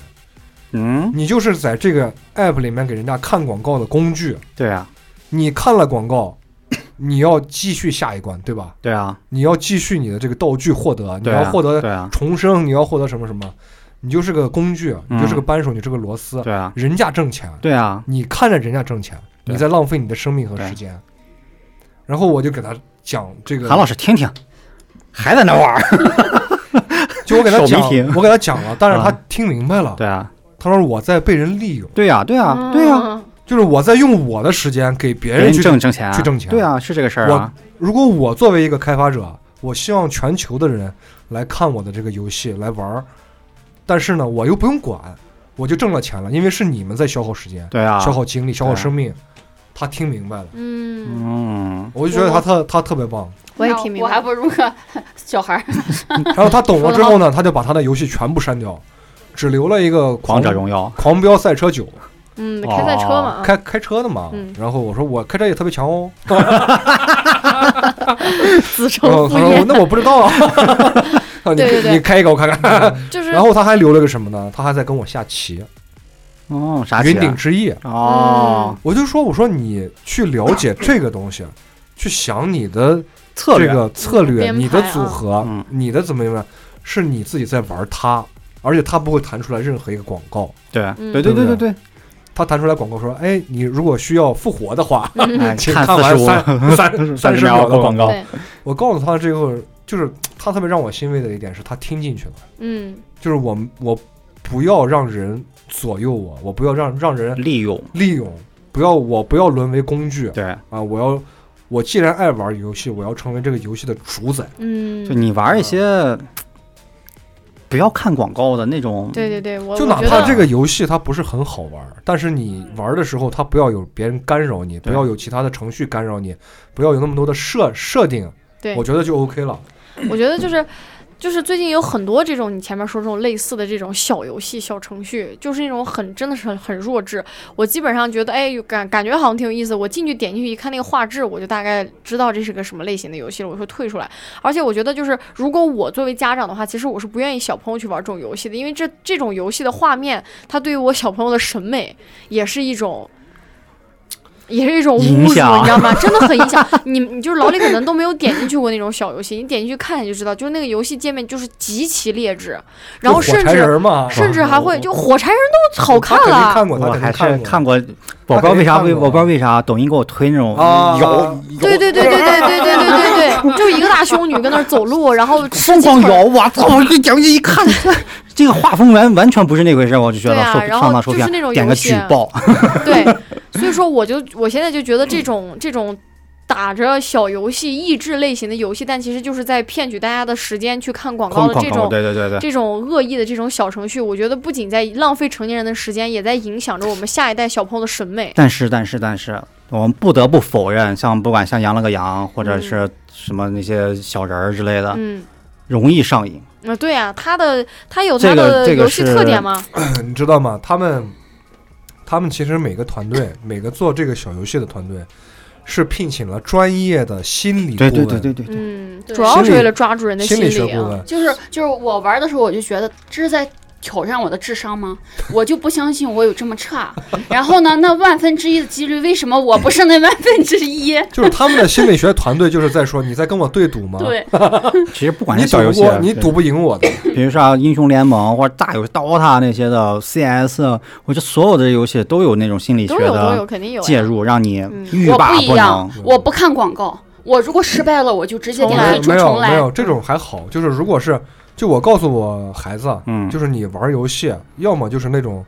嗯，你就是在这个 app 里面给人家看广告的工具。对啊你看了广 告，你要继续下一关，对吧？对啊你要继续你的这个道具获得，你对要啊，获得对啊重生，你要获得什么什么，你就是个工具，啊嗯你就是个扳手，你就是个螺丝。对啊人家挣钱，对啊，你看着人家挣钱，对你在浪费你的生命和时间。然后我就给他讲这个，韩老师听听，还在那玩儿，就我给他手没讲停，我给他讲了，但是他啊听明白了，对啊，他说我在被人利用，对呀、对呀、啊嗯啊对呀、呀，就是我在用我的时间给别人去挣挣钱啊，去挣钱对啊，是这个事儿啊，如果我作为一个开发者，我希望全球的人来看我的这个游戏来玩儿，但是呢，我又不用管，我就挣了钱了，因为是你们在消耗时间、对啊，消耗精力、消耗对啊生命。他听明白了，嗯，嗯，我就觉得他特他特别棒。我也那挺明我还白。不如个 小孩儿。 然后他懂了之后呢，他就把他的游戏全部删掉，只留了一个王狂者荣耀，狂飙赛车九，嗯，开赛车嘛，啊哦开开车的嘛。嗯然后我说我开车也特别强 哦，子然承父后哦他说业，那我不知 道啊，啊你对对对嗯你开一个我看看。就是 然后他还留了个什么呢？他还在跟我下棋，哦，啥棋啊云顶之弈。哦，我就说，我说你去了解这个 东西，啊去想你的策这略个策略、编排啊你的组合嗯、你的怎么样，是你自己在玩它，而且它不会弹出来任何一个广告。对嗯对对对对对，它弹出来广告说：“哎，你如果需要复活的话，嗯 哎，请看看四十完五三三三 三十十秒秒的广广告。告对，”我告诉他这个，就是他特别让我欣慰的一点是，他听进去了。嗯，就是我我不要让人左右我，我不要让让人利用，利用，不要我不要沦为工具。对，嗯啊，我要，我既然爱玩游戏，我要成为这个游戏的主宰。嗯就，你玩一些不要看广告的那种，对对对，我就我哪觉怕得这个游戏它不是很好玩，但是你玩的时候，它不要有别人干扰你，不对要有其他的程序干扰你，不要有那么多的设设定，对我觉得就 OK 了。我觉得就是。就是最近有很多这种你前面说这种类似的这种小游戏、小程序，就是那种很真的是很很弱智。我基本上觉得，哎，有感感觉好像挺有意思。我进去点进去一看那个画质，我就大概知道这是个什么类型的游戏了，我就退出来。而且我觉得，就是如果我作为家长的话，其实我是不愿意小朋友去玩这种游戏的，因为这这种游戏的画面，它对于我小朋友的审美也是一种。也是一种侮辱，影你知响道吗？真的很影响你。你就是老李可能都没有点进去过那种小游戏，你点进去看一下就知道，就是那个游戏界面就是极其劣质，然后就火甚柴至人嘛，甚至还会就火柴人都好看他肯定了，看过，他我肯还定是过。看过，我不知道为啥，我不知道为啥抖音给我推那种啊，摇，对对对对对对对对对对，就是一个大胸女跟那儿走路，然后吃疯鸡狂腿摇，儿，我操！我一点进一 看， 这个画风完完全不是那回事儿，我就觉得对啊受然后上当受就是骗那种，点游个戏举报，对，所以说我就我现在就觉得这种这种。打着小游戏益智类型的游戏，但其实就是在骗取大家的时间去看广告哐的这哐哐，种对对对对。这种恶意的这种小程序，我觉得不仅在浪费成年人的时间，也在影响着我们下一代小朋友的审美。但是但是但是，我们不得不否认，像不管像羊了个羊，或者嗯是什么那些小人儿之类的，嗯，容易上瘾。啊、对呀、它的它有它这个的这个游戏是特点吗？你知道吗？他们，他们其实每个团队，每个做这个小游戏的团队，是聘请了专业的心理顾对问，对对对对对，嗯，对主要是心理为了抓住人的心理理学顾啊。问。就是就是我玩的时候，我就觉得这是在挑战我的智商 吗？我就不相信我有这么差。然后呢，那万分之一的几率，为什么我不是那万分之一？就是他们的心理学团队就是在说，你在跟我对赌吗？，对，嗯其实不管你是赌小游不戏过，啊，你赌不赢我的。对，比如像英雄联盟或者大游戏 DOTA 那些的 CS，我觉得所有的游戏都有那种心理学都有都有，的肯定有呀介入，让你嗯欲我罢不一能样。，我不看广告。我如果失败了，我就直接重点来没退出没有重没来。有，这种还好。就是如果是，就我告诉我孩子，啊嗯就是你玩游戏，啊要么就是那种，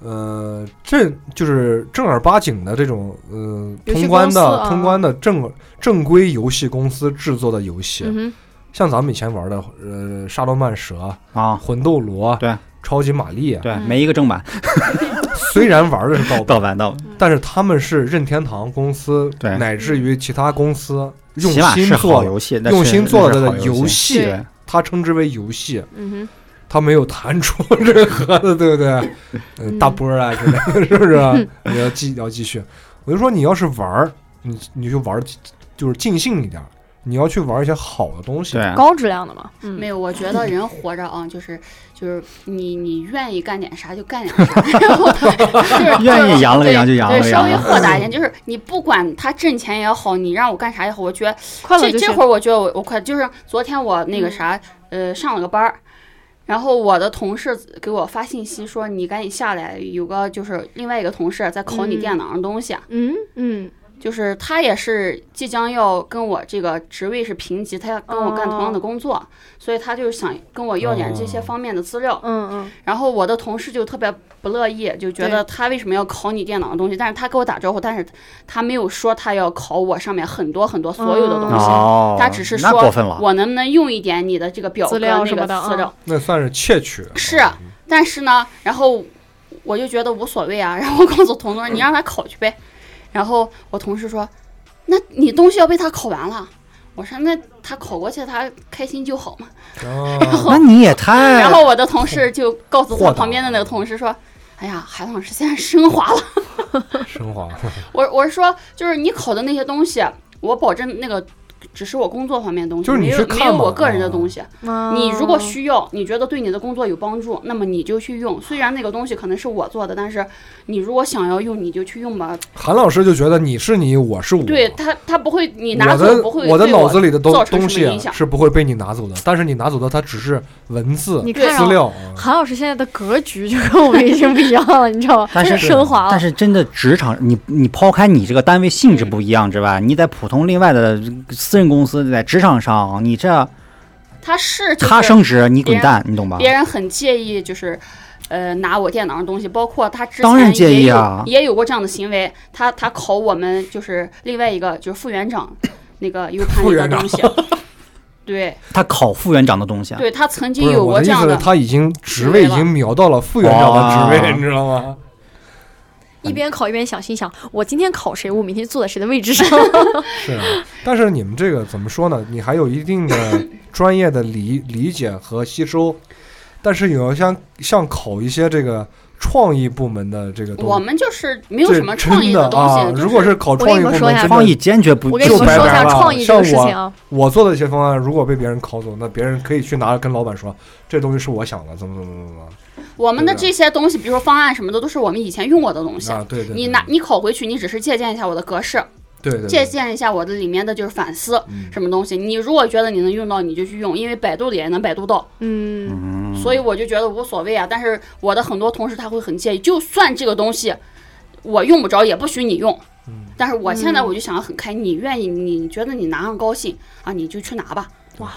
呃，正就是正儿八经的这种，呃，游戏通关的、公司啊通关的正正规游戏公司制作的游戏，嗯哼，像咱们以前玩的，呃，《沙罗曼蛇》《啊，魂斗罗》对。超级玛丽啊对，嗯没一个正版，虽然玩的是 盗版，盗版盗版，但是他们是任天堂公司对乃至于其他公司用起码心是做好的，游戏，但用是心做是的好游游戏对它称之为游戏。嗯哼，他没有弹出任何的，对不 对？呃，嗯大波儿啊之类的，是不是啊？你要继要继续，我就说你要是玩儿，你你就玩儿，就是尽兴一点儿，你要去玩一些好的东西。对，啊高质量的嘛，嗯没，有，我觉得人活着啊，就是就是你你愿意干点啥就干点啥， 然后就是愿意扬了个扬就扬了对，个稍扬微了。豁达 一点，就是你不管他挣钱也好，你让我干啥也好，我觉得快乐这就这行嗯会。儿我觉得我我快就是昨天我那个啥、呃上了个班儿，然后我的同事给我发信息说你赶紧下来，有个就是另外一个同事在考你嗯电脑上东西，啊嗯嗯，就是他也是即将要跟我这个职位是平级，他要跟我干同哦样的工作，所以他就是想跟我要点这些哦方面的资料。嗯嗯，然后我的同事就特别不乐意，就觉得他为什么要考你电脑的东西？但是他跟我打招呼，但是他没有说他要考我上面很多很多所有的东西，哦，他只是那过说分了，我能不能用一点你的这个表格资料那什么个的嗯资料。那算是窃取。啊是 但是呢，然后我就觉得无所谓啊， 然后我告诉彤彤，你让他考去呗。 然后我同事说，那你东西要被他考完了。我说那他考过去，他开心就好嘛。啊，那你也太…… 然后我的同事就告诉哎豁他达旁边的那个同事说：“哎呀，韩老师现在升华了。 升华。我”我是说，就是你考的那些东西，我保证那个只是我工作方面的东西，就是你没有去看没有嘛哦我个人的东西。嗯 你如果需要，你觉得对你的工作有帮助，那么你就去用。虽然那个东西可能是我做的，但是你如果想要用，你就去用吧。韩老师就觉得你是你，我是我。对他，他不会，你拿我走的不会我的对脑子里的东造成什么东西影响是不会被你拿走的，但是你拿走的它只是文字你看资上料啊。韩老师现在的格局就跟我们已经不一样了，你知道吧？但是升华了，但是真的职场，你你抛开你这个单位性质不一样之外，你在普通另外的私人公司，在职场上，你这他是就是他升职你滚别人蛋，你懂吧？别人很介意，就是呃拿我电脑上的东西，包括他之前当然介也意有啊也有过这样的行为。他他考我们就是另外一个就是副园长那个 U 盘副里的园长东西， 对他考副园长的东西，啊对，他曾不经是有我过的这意样思是，的。他已经职位已经瞄到了副院长的职位，哦你知道吗？一边考一边想，心想我今天考谁，我明天坐在谁的位置上。 是啊，但是你们这个怎么说呢？你还有一定的 专业的理理解和吸收，但是有像像考一些这个创意部门的这个东西，我们就是没有这什么创意真的东西，啊就。是如果是考跟创你意部们门，说呀真的创意坚决不我跟你就们白说一白下了创意这像个事我情啊，我做的一些方案，如果被别人考走，那别人可以去拿跟老板说，这东西是我想的，怎么怎么怎么怎么。我们的对的这些东西，比如说方案什么的，都是我们以前用过的东西。啊，对对，你对拿你考回去，你只是借鉴一下我的格式，对对对借鉴一下我的里面的就是反思嗯什么东西。你如果觉得你能用到，你就去用，因为百度里也能百度到。嗯，嗯所以我就觉得无所谓啊。但是我的很多同事他会很介意，就算这个东西我用不着，也不许你用。嗯但是我现在嗯我就想得很开，你愿意，你觉得你拿上高兴啊，你就去拿吧。哇，哦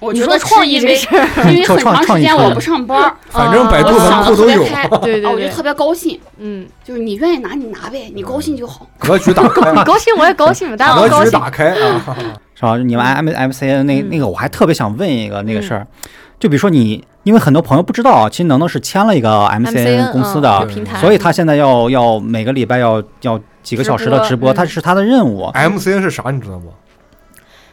我你觉说得创是意因这个为事儿，因为 说很创长创时意间说我的不上班儿，反正百我度门想的户特都别有，开，哎对对啊，我就对特别高兴，嗯，就是你愿意拿你拿呗，你高兴就好。格局打开，高兴我也高兴，大家都格高局兴。打 开啊！是吧？你们 M M C N 那嗯那个，我还特别想问一个那个事儿，就比如说你，因为很多朋友不知道，其实能能是签了一个 M C N 公司嗯啊的，平台，所以他现在要要每个礼拜要要几个小时的直直播播，嗯他是他的任务。 MCN 是啥你知道 吗？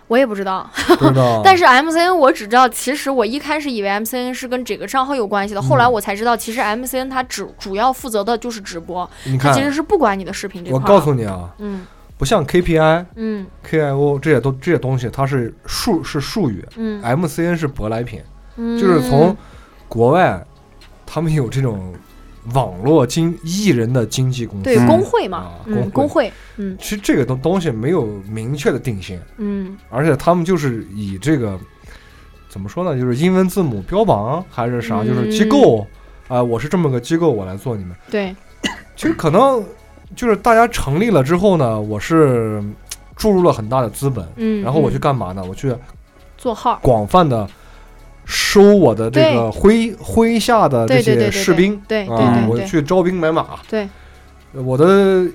我也不知道。不知道。但是 MCN 我只知道，其实我一开始以为 MCN 是跟整个账号有关系的，嗯后来我才知道，其实 MCN 它只主要负责的就是直播，你它其实看，是不管你的视频这块我儿的。告诉你啊，嗯不像 KPI、嗯 KIO 这些都这些东西，它是术是术语嗯， ，MCN 是舶来品，嗯哎就是从国外他们有这种网络经艺人的经纪公司对嗯工会嘛啊，嗯，工工会，嗯其实这个东东西没有明确的定性，嗯而且他们就是以这个怎么说呢，就是英文字母标榜还是啥，嗯就是机构啊、我是这么个机构，我来做你们。对，其实可能就是大家成立了之后呢，我是嗯注入了很大的资本，嗯，然后我去嗯干嘛呢？我去做号，广泛的收我的这个麾麾下的这对对对些对对士兵，对对啊，对我对，去招兵买马，对，我的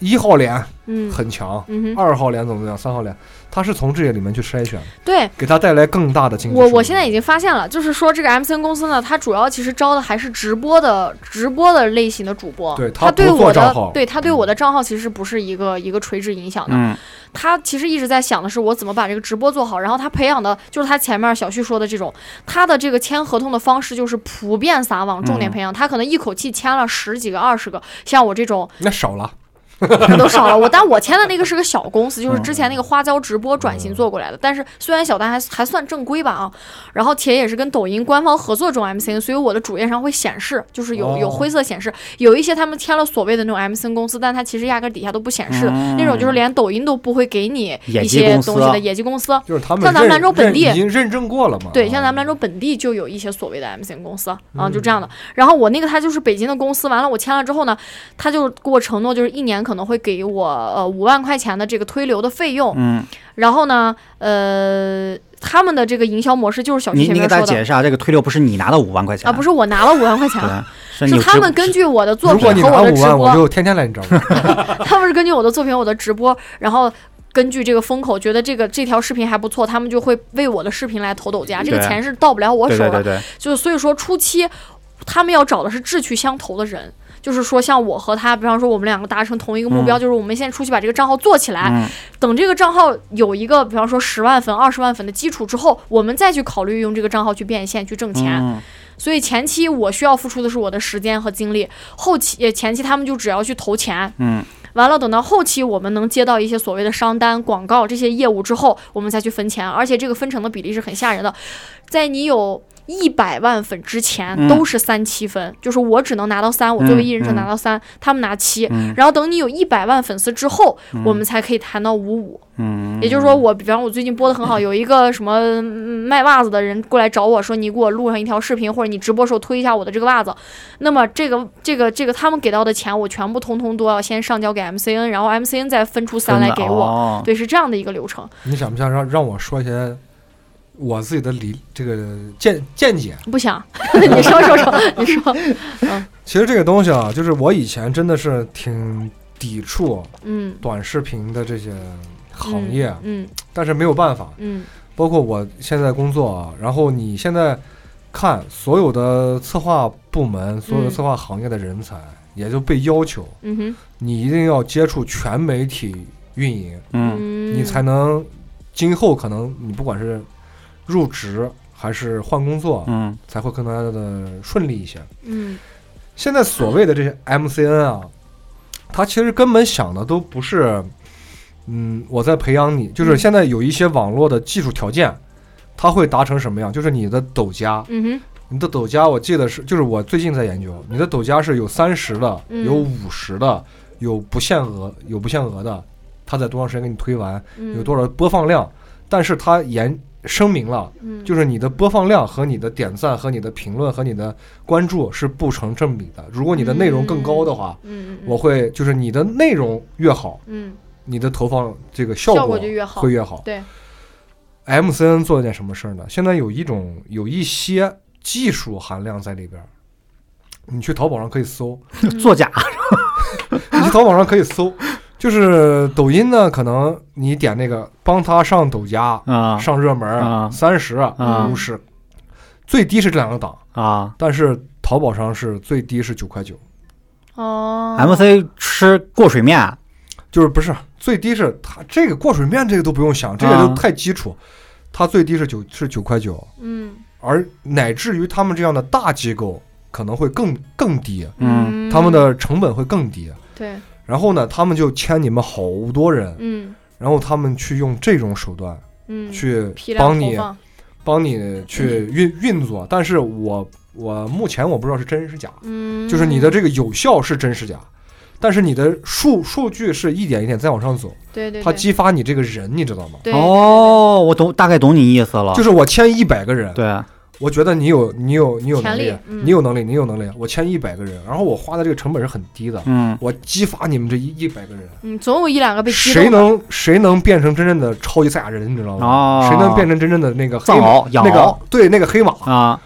一号脸嗯很强，嗯哼，二号脸怎么样，三号脸，他是从这些里面去筛选的，对给他带来更大的经济收我入。我现在已经发现了，就是说这个 MCN 公司呢，它主要其实招的还是直播的直播的类型的主播，对它它不对做我账的号嗯对它对我的账号其实不是一个一个垂直影响的，嗯，他其实一直在想的是我怎么把这个直播做好，然后他培养的就是他前面小旭说的这种，他的这个签合同的方式就是普遍撒网，重点培养。他可能一口气签了十几个、二十个，像我这种那少了，那都 少了。我但我签的那个是个小公司，就是嗯之前那个花椒直播转型做过来的，但是虽然小，但还还算正规吧啊。然后且也是跟抖音官方合作这种 MCN，所以我的主页上会显示，就是有有哦灰色显示，有一些他们签了所谓的那种 MCN 公司，但它其实压根儿底下都不显示的。嗯那种就是连抖音都不会给你野一鸡些公司啊东西的野鸡公司。就是他们像咱们认兰州本地认已经认证过了嘛？对，啊像咱们兰州本地就有一些所谓的 MCN 公司啊，就这样的。然后我那个他就是北京的公司，完了我签了之后呢，他就给我承诺就是一年可可能会给我呃五万块钱的这个推流的费用。嗯，然后呢，呃，他们的这个营销模式就是小你七前你给面大说家解的释啊，这个推流不是你拿到五万块钱啊，不是我拿了五万块钱对啊，吧，是你是他直们根据我的作如品果你和拿我的五直万，播我，就天天来你这儿。他们是根据我的作品、我的直播，然后根据这个风口，觉得这个这条视频还不错，他们就会为我的视频来投抖加，这个对钱是到不了我对手对的对。对，就是所以说初期他们要找的是志趣相投的人。就是说，像我和他，比方说我们两个达成同一个目标，嗯就是我们现在出去把这个账号做起来。嗯等这个账号有一个，比方说十万粉、二十万粉的基础之后，我们再去考虑用这个账号去变现、去挣钱。嗯所以前期我需要付出的是我的时间和精力，后期呃前期他们就只要去投钱，嗯完了等到后期我们能接到一些所谓的商单、广告这些业务之后，我们再去分钱，而且这个分成的比例是很吓人的，在你有。一百万粉之前嗯都是三七分，就是我只能拿到三，我作为艺人只能拿到三、他们拿七、嗯然后等你有一百万粉丝之后，我们才可以谈到五五、嗯，也就是说，我比方我最近播的 很好，有一个什么嗯卖袜子的人过来找我说，你给我录上一条视频，或者你直播时候推一下我的这个袜子。那么这个这个这个他们给到的钱，我全部通通都要先上交给 MCN，然后 MCN 再分出三来真的给我。哦对，是这样的一个流程。你想不想让让我说一些我自己的理这个见见解？不 想，你说说说，你说，其实这个东西啊，就是我以前真的是挺抵触嗯短视频的这些行业，啊嗯但是没有办法，嗯包括我现在工作啊，然后你现在看所有的策划部门、所有的策划行业的人才，也就被要求嗯哼，你一定要接触全媒体运营，嗯嗯，你才能今后可能你不管是入职还是换工作，嗯才会更加的顺利一些。嗯现在所谓的这些 MCN 啊，他其实根本想的都不是，嗯，我在培养你，就是嗯现在有一些网络的技术条件，它会达成什么样？就是你的抖加，嗯哼你的抖加，我记得是，就是我最近在研究，你的抖加是有三十的，嗯有五十的，有不限额，有不限额的，它在多长时间给你推完，嗯，有多少播放量？但是它言声明了，嗯，就是你的播放量和你的点赞和你的评论和你的关注是不成正比的。如果你的内容更高的话，嗯，嗯我会就是你的内容越好，嗯你的投放这个效效果果就越好会越好。对 MCN 做了件什么事儿呢？现在有一种有一些技术含量在里边儿，你去淘宝上可以搜，嗯作假，你去淘宝上可以搜，就是抖音呢，可能你点那个帮他上抖加、嗯啊上热啊门三十、啊五十，最低是这两个档。啊但是淘宝上是最低是九块九，哦，MC 吃过水面，就是不是最低是它这个过水面这个都不用想，这个啊就太基础，它最低是九是九块九，嗯而乃至于他们这样的大机构可能会更更低，嗯嗯，他们的成本会更低。对然后呢，他们就签你们好多人，嗯然后他们去用这种手段嗯去批量帮投你放，嗯帮你去运运作，但是我我目前我不知道是真是假，嗯，就是你的这个有效是真是假，但是你的数数据是一点一点在往上走，对对，它对激发你这个人，你知道吗？对哦，我懂，大概懂你意思了，就是是我签一百个人，对，我觉得你有你有你有能潜力力，嗯你有能力，你有能力，我签一百个人，然后我花的这个成本是很低的，嗯我激发你们这一一百个人，嗯，总有一两个被激谁动的，能谁能变成真正的超级赛亚人，你知道吗？哦谁能变成真正的那个黑藏马獒养那个獒对那个黑马啊，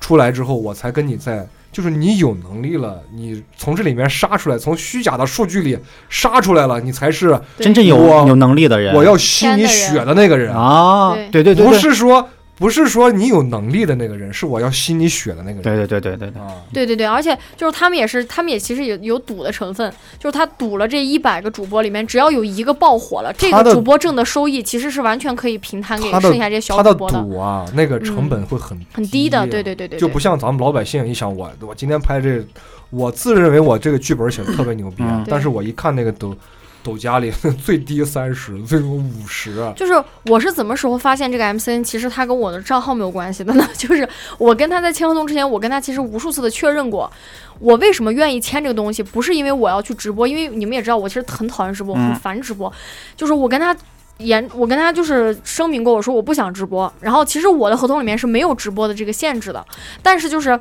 出来之后，我才跟你在，就是你有能力了，你从这里面杀出来，从虚假的数据里杀出来了，你才是对真正有我有能力的人，我要吸你血的那个人，啊，对对对对，不对是说不是说你有能力的那个人，是我要吸你血的那个人对对对对对对，啊。对对对，而且就是他们也是，他们也其实也有赌的成分，就是他赌了这一百个主播里面，只要有一个爆火了，这他个的主播挣的收益其实是完全可以平摊给他的剩下这些小他主的播的，赌啊，那个成本会很很低的，啊对对对对，就对不像咱们老百姓一想我我今天拍这，我自认为我这个剧本写的特别牛逼啊嗯，但是我一看那个抖抖家里 最低三十，最高五十，就是我是怎么时候发现这个 MCN 其实它跟我的账号没有关系的呢？ 就是我跟他在签合同之前，我跟他其实无数次的确认过，我为什么愿意签这个东西，不是因为我要去直播，因为你们也知道我其实很讨厌直播，嗯很烦直播，就是我跟他。严，我跟他就是声明过，我说我不想直播。然后其实我的合同里面是没有直播的这个限制的，但是就是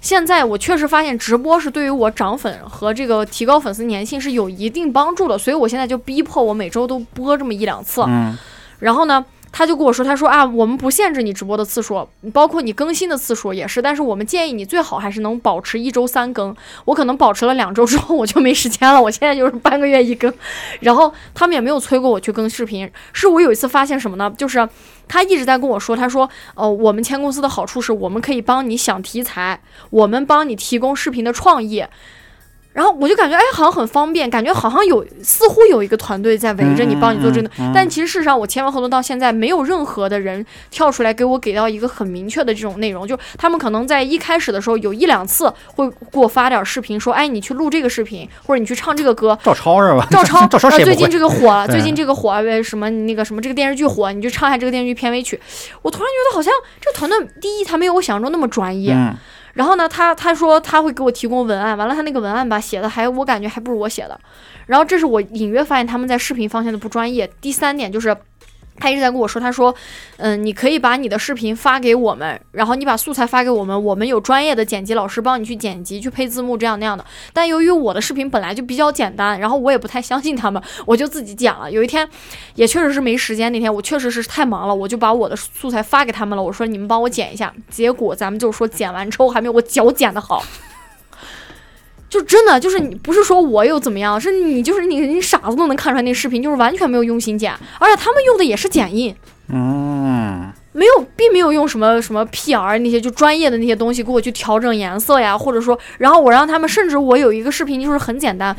现在我确实发现直播是对于我涨粉和这个提高粉丝粘性是有一定帮助的，所以我现在就逼迫我每周都播这么一两次。嗯然后呢，他就跟我说，他说啊，我们不限制你直播的次数，包括你更新的次数也是，但是我们建议你最好还是能保持一周三更。我可能保持了两周之后我就没时间了，我现在就是半个月一更。然后他们也没有催过我去更视频，是我有一次发现什么呢？就是他一直在跟我说，他说，呃，我们签公司的好处是我们可以帮你想题材，我们帮你提供视频的创意。然后我就感觉，哎，好像很方便，感觉好像有，似乎有一个团队在围着你，帮你做这个。嗯嗯但其实事实上，我签完合同到现在，没有任何的人跳出来给我给到一个很明确的这种内容。就是他们可能在一开始的时候有一两次会给我发点视频，说，哎，你去录这个视频，或者你去唱这个歌。照抄是吧？照抄， 照抄啊谁最不近会？这个火 了，对最近这个火，呃什么那个什么这个电视剧火，你就唱一下这个电视剧片尾曲。我突然觉得好像这个团队，第一，他没有我想象中那么专业，嗯然后呢，他他说他会给我提供文案，完了他那个文案吧写的还我感觉还不如我写的，然后这是我隐约发现他们在视频方向的不专业。第三点就是。他一直在跟我说，他说，嗯，你可以把你的视频发给我们，然后你把素材发给我们，我们有专业的剪辑老师帮你去剪辑、去配字幕，这样那样的。但由于我的视频本来就比较简单，然后我也不太相信他们，我就自己剪了。有一天，也确实是没时间，那天我确实是太忙了，我就把我的素材发给他们了，我说你们帮我剪一下。结果咱们就是说剪完之后还没有我脚剪的好。 就真的就是你不是说我有怎么样，是你就是你你傻子都能看出来那视频就是完全没有用心剪，而且他们用的也是剪映，嗯，没有，并没有用什么什么 PR 那些就专业的那些东西给我去调整颜色呀，或者说，然后我让他们，甚至我有一个视频就是很简单，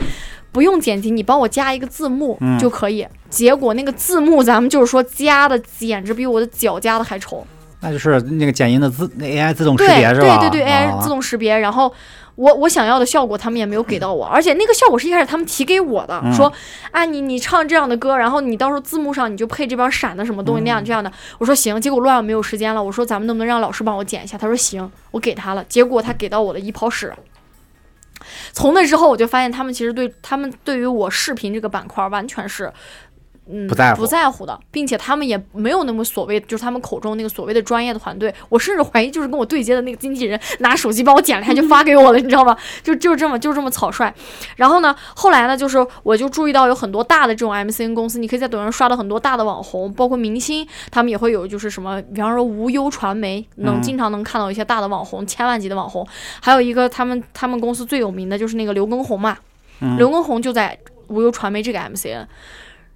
不用剪辑，你帮我加一个字幕嗯就可以。结果那个字幕咱们就是说加的简直比我的脚加的还丑，那就是那个剪音的自那 AI 自动识对别是吧？对对对啊，AI 自动识别，然后。我我想要的效果他们也没有给到我，而且那个效果是一开始他们提给我的，嗯说啊你你唱这样的歌，然后你到时候字幕上你就配这边闪的什么东西嗯那样这样的。我说行，结果乱了没有时间了，我说咱们能不能让老师帮我剪一下？他说行，我给他了，结果他给到我的一泡屎。从那之后我就发现他们其实对他们对于我视频这个板块完全是。嗯，不在乎不在乎的，并且他们也没有那么所谓，就是他们口中那个所谓的专业的团队。我甚至怀疑，就是跟我对接的那个经纪人拿手机帮我剪了一下就发给我了，你知道吗？就就这么就这么草率。然后呢，后来呢，就是我就注意到有很多大的这种 MCN 公司，你可以在抖音上刷到很多大的网红，包括明星，他们也会有就是什么，比方说无忧传媒，能嗯经常能看到一些大的网红，千万级的网红。还有一个他们他们公司最有名的就是那个刘畊宏嘛，嗯刘畊宏就在无忧传媒这个 MCN。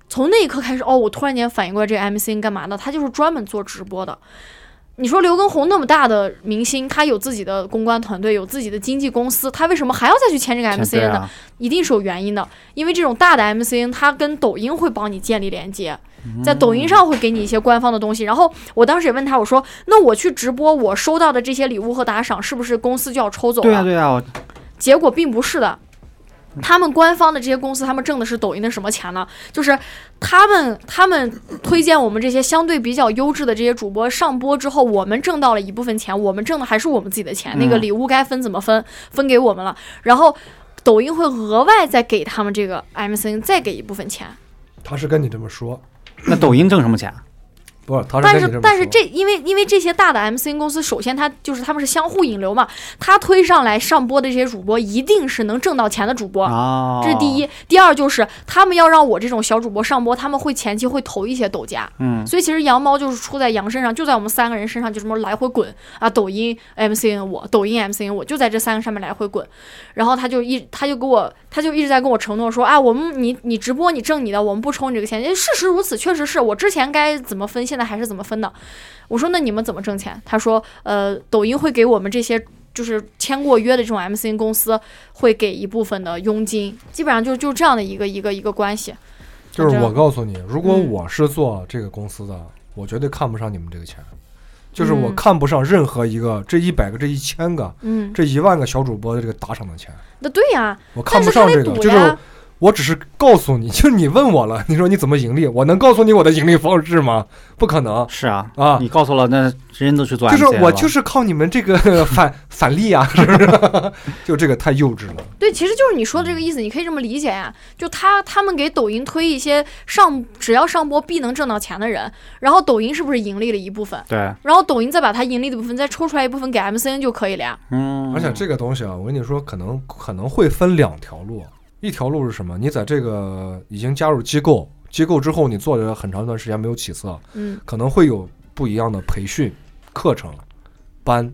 从那一刻开始，哦，我突然间反应过来，这个 MCN 干嘛呢？他就是专门做直播的。你说刘畊宏那么大的明星，他有自己的公关团队，有自己的经纪公司，他为什么还要再去签这个对 MCN 呢？啊一定是有原因的，因为这种大的 MCN 它跟抖音会帮你建立连接，在抖音上会给你一些官方的东西。然后我当时也问他，我说：“那我去直播，我收到的这些礼物和打赏，是不是公司就要抽走对了？”啊对啊，我结果并不是的。他们官方的这些公司，他们挣的是抖音的什么钱呢？就是他们他们推荐我们这些相对比较优质的这些主播上播之后，我们挣到了一部分钱，我们挣的还是我们自己的钱，那个嗯礼物该分怎么分，分给我们了。然后抖音会额外再给他们这个 MCN 再给一部分钱，他是跟你这么说，那抖音挣什么钱？不是，他但是跟你是么说。但是这因为因为这些大的 MCN 公司，首先它就是他们是相互引流嘛，他推上来上播的这些主播一定是能挣到钱的主播，哦，这是第，一。第二就是他们要让我这种小主播上播，他们会前期会投一些抖加，嗯所以其实羊毛就是出在羊身上，就在我们三个人身上，就这么来回滚啊！抖音 MCN 我，抖音 MCN 我，就在这三个上面来回滚。然后他就一他就给我他就一直在跟我承诺说啊，我们你你直播你挣你的，我们不抽你这个钱。因哎为事实如此，确实是我之前该怎么分，现在还是怎么分的。我说那你们怎么挣钱？他说呃，抖音会给我们这些。就是签过约的这种 MCN 公司会给一部分的佣金，基本上就是就是这样的一个一个一个关系。就是反我正告诉你，如果嗯我是做这个公司的，我绝对看不上你们这个钱，就是我嗯看不上任何一个这一百个、这一千个、嗯，这一万个小主播的这个打赏的钱，那对呀、我看但不是上他这得赌个，就是呀，我只是告诉你，就是你问我了，你说你怎么盈利，我能告诉你我的盈利方式吗？不可能是啊，啊！你告诉了，那人都去做就 MC 是了，我就是靠你们这个 反反例啊，是不是？ 就这个太幼稚了。对，其实就是你说的这个意思，你可以这么理解呀、就他他们给抖音推一些上只要上播必能挣到钱的人，然后抖音是不是盈利了一部分？对，然后抖音再把它盈利的部分再抽出来一部分给 MCN 就可以了呀。嗯，而且这个东西啊，我跟你说，可能可能会分两条路。一条路是什么？你在这个已经加入机构，机构之后你做了很长一段时间没有起色，嗯，可能会有不一样的培训课程班，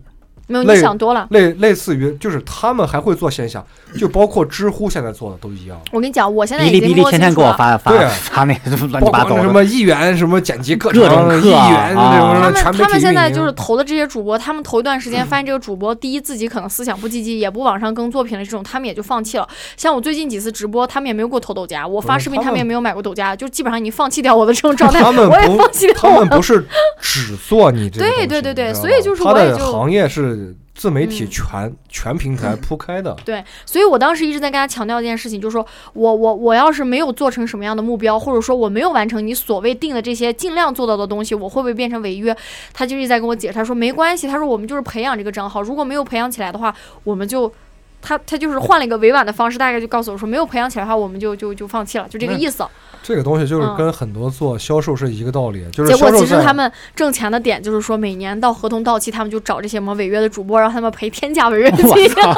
没有，你类想多了。类类似于就是他们还会做线下，就包括知乎现在做的都一样。我跟你讲，我现在哔已哩经哔哩摸天清天楚给我了。发发对啊发那 包乱七八括糟 那什的，么议员什么剪辑课程，各种课啊议员那种什他么们全媒他体们运营现在就是投的这些主播，他们头一段时嗯间发现这个主播，第一自己可能思想不积极，也不往上更作品了，这种他们也就放弃了。像我最近几次直播，他们也没有给我投抖夹，我发不是视频他他们也们没有买过抖夹，就基本上已经放弃掉我的 这种 状态，他们我也不放弃掉他我们不是只做你这个东对西，对对对你知道吧所以就是他我也的就行业是自媒体嗯全、全平台铺开的，对，所以我当时一直在跟他强调一件事情，就是说我我我要是没有做成什么样的目标，或者说我没有完成你所谓定的这些尽量做到的东西，我会不会变成违约？他就一直在跟我解释，他说没关系，他说我们就是培养这个账号，如果没有培养起来的话，我们就。他他就是换了一个委婉的方式，大概就告诉我说，没有培养起来的话，我们就就就放弃了，就这个嗯意思。这个东西就是嗯跟很多做销售是一个道理，就是结销果售其实在他们挣钱的点就是说，每年到合同到期，他们就找这些什么违约的主播，让他们赔天价违约金，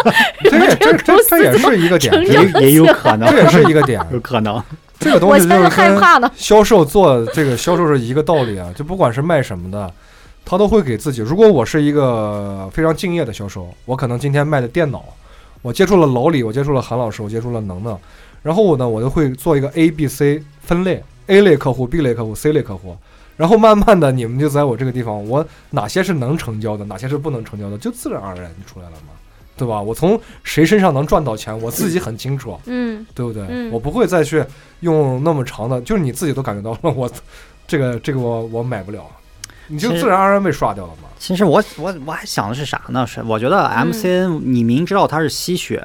这也这这这也是一个点，成这长也也有可 能，这也是一个点。 有可能，这个东我西现就在是害跟怕呢。销售做这个销售是一个道理啊，就 不管是卖什么的，他都会给自己。如果我是一个非常敬业的销售，我可能今天卖的电脑，我接触了老李，我接触了韩老师，我接触了能能，然后我呢，我就会做一个 A、B、C 分类，A 类客户、B 类客户、C 类客户。然后慢慢的，你们就在我这个地方，我哪些是能成交的，哪些是不能成交的，就自然而然就出来了嘛，对吧？我从谁身上能赚到钱，我自己很清楚。啊嗯，对不对？嗯我不会再去用那么长的，就是你自己都感觉到了，我 这个这个我我买不了，你就其实自然而然被刷掉了嘛。其实我我我还想的是啥呢？是我觉得 MCN，你明知道它是吸血，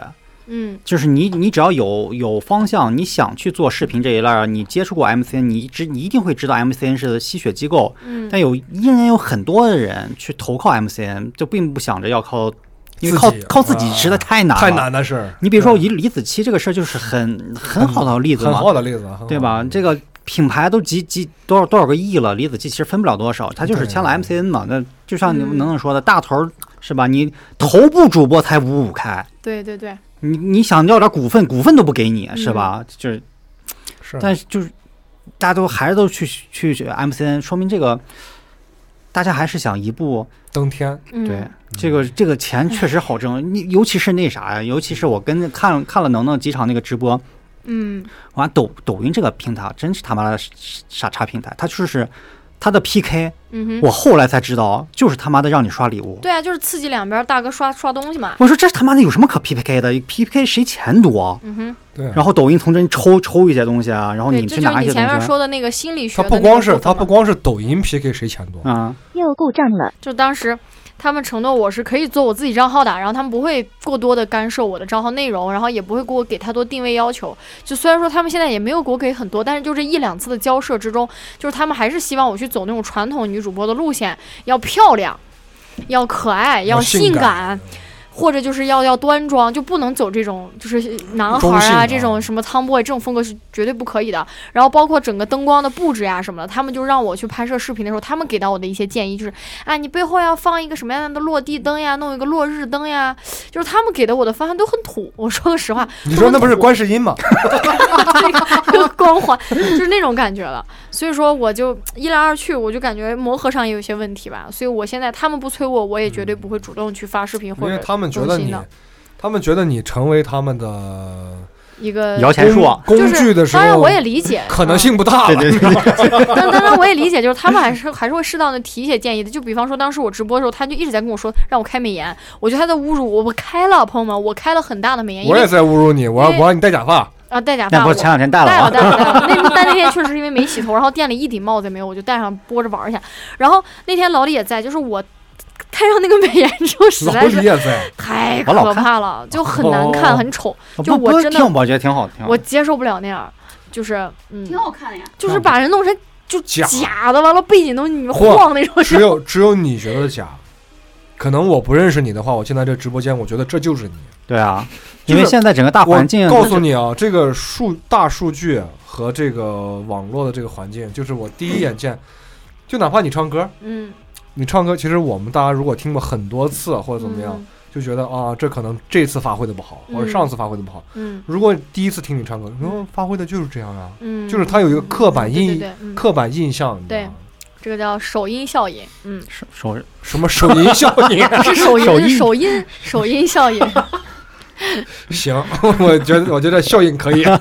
嗯，就是你你只要有有方向，你想去做视频这一类儿，你接触过 MCN，你知你一定会知道 MCN 是吸血机构，嗯但有依然有很多的人去投靠 MCN，就并不想着要靠，因为自靠己靠自己啊实在太难了。太难的事儿。你比如说对以李子柒这个事儿，就是很很好的例子很嘛，好的例子啊，很好的对吧？哦例子这个品牌都几几多少多少个亿了，李子柒其实分不了多少，他就是对签了 MCN 嘛。那就像你嗯能能说的，大头儿是吧？你头部主播才五五开，对对对，你你想要点股份，股份都不给你是嗯吧？就是，是，但是就是大家都还是都去去去 MCN，说明这个大家还是想一步登天，嗯对，这个这个钱确实好挣，你尤其是那啥呀，尤其是我跟看看了能能几场那个直播，嗯完抖抖音这个平台啊真是他妈的傻叉平台，它就是它的 PK，嗯哼。我后来才知道啊就是他妈的让你刷礼物。对啊，就是刺激两边大哥刷刷东西嘛。我说这他妈的有什么可 PK 的？PK 谁钱多？啊嗯哼，对。然后抖音从这里抽抽一些东西啊，然后对，你这去就拿是一些你前面东西。啊说的那个心理学他的那不个光是部分他嘛不光是抖音 PK 谁钱多，啊， 又故障了。就当时他们承诺我是可以做我自己账号的，然后他们不会过多的干涉我的账号内容，然后也不会给我给太多定位要求。就虽然说他们现在也没有给我给很多，但是就这一两次的交涉之中，就是他们还是希望我去走那种传统女主播的路线，要漂亮，要可爱，要性性感，或者就是要要端庄，就不能走这种就是男孩中性儿啊啊这种什么 tomboy 这种风格是绝对不可以的。然后包括整个灯光的布置呀、什么的，他们就让我去拍摄视频的时候，他们给到我的一些建议就是，啊，你背后要放一个什么样的落地灯呀，弄一个落日灯呀，就是他们给的我的方案都很土。我说个实 话，你说那不是观世音吗？这个光环就是那种感觉了。所以说，我就一来二去，我就感觉磨合上也有些问题吧。所以我现在他们不催我，我也绝对不会主动去发视频嗯因或为者他们觉得更新你的，他们觉得你成为他们的一个摇钱树啊，工就工具是的时当然候我，也理解可能。性不大对了。对对， 嗯但当然我也理解，就是他们还是还是会适当的提一些建议的。就比方说当时我直播的时候，他就一直在跟我说让我开美颜，我觉得他在侮辱我。我开了，朋友们，我开了很大的美颜，因我也为在侮辱你，我要因为我让你戴假发，啊戴假那发不我是前两天戴了戴 啊了，戴了，戴了。那但那天确实是因为没洗头，然后店里一顶帽子也没有，我就戴上拨着玩儿一下。然后那天老李也在，就是我。太让那个美颜照实老在是李也在，太我老可看怕了，就很难哦看，很丑，就不我不真的挺我觉得挺好，挺好我。接受不了那样儿，就是嗯挺，好看的呀。就是把人弄成就假假的，完了背景都你们嚯晃那种，只有只有你觉得假。可能我不认识你的话，我进来这直播间，我觉得这就是你。对啊，就是因为现在整个大我环境，告诉你啊，这个数大数据和这个网络的这个环境，就是我第一眼见，就哪怕你唱歌，嗯，你唱歌，其实我们大家如果听过很多次或者怎么样，嗯就觉得啊，这可能这次发挥的不好，或者嗯上次发挥的不好。嗯如果第一次听你唱歌，嗯，发挥的就是这样啊，嗯，就是它有一个刻板对对印对，嗯刻板印象，你知道吗这个叫首音效应，嗯，手手什么手淫效 应？不是首音，手是印首音，首音效 应，行，我觉得我觉得效应可以。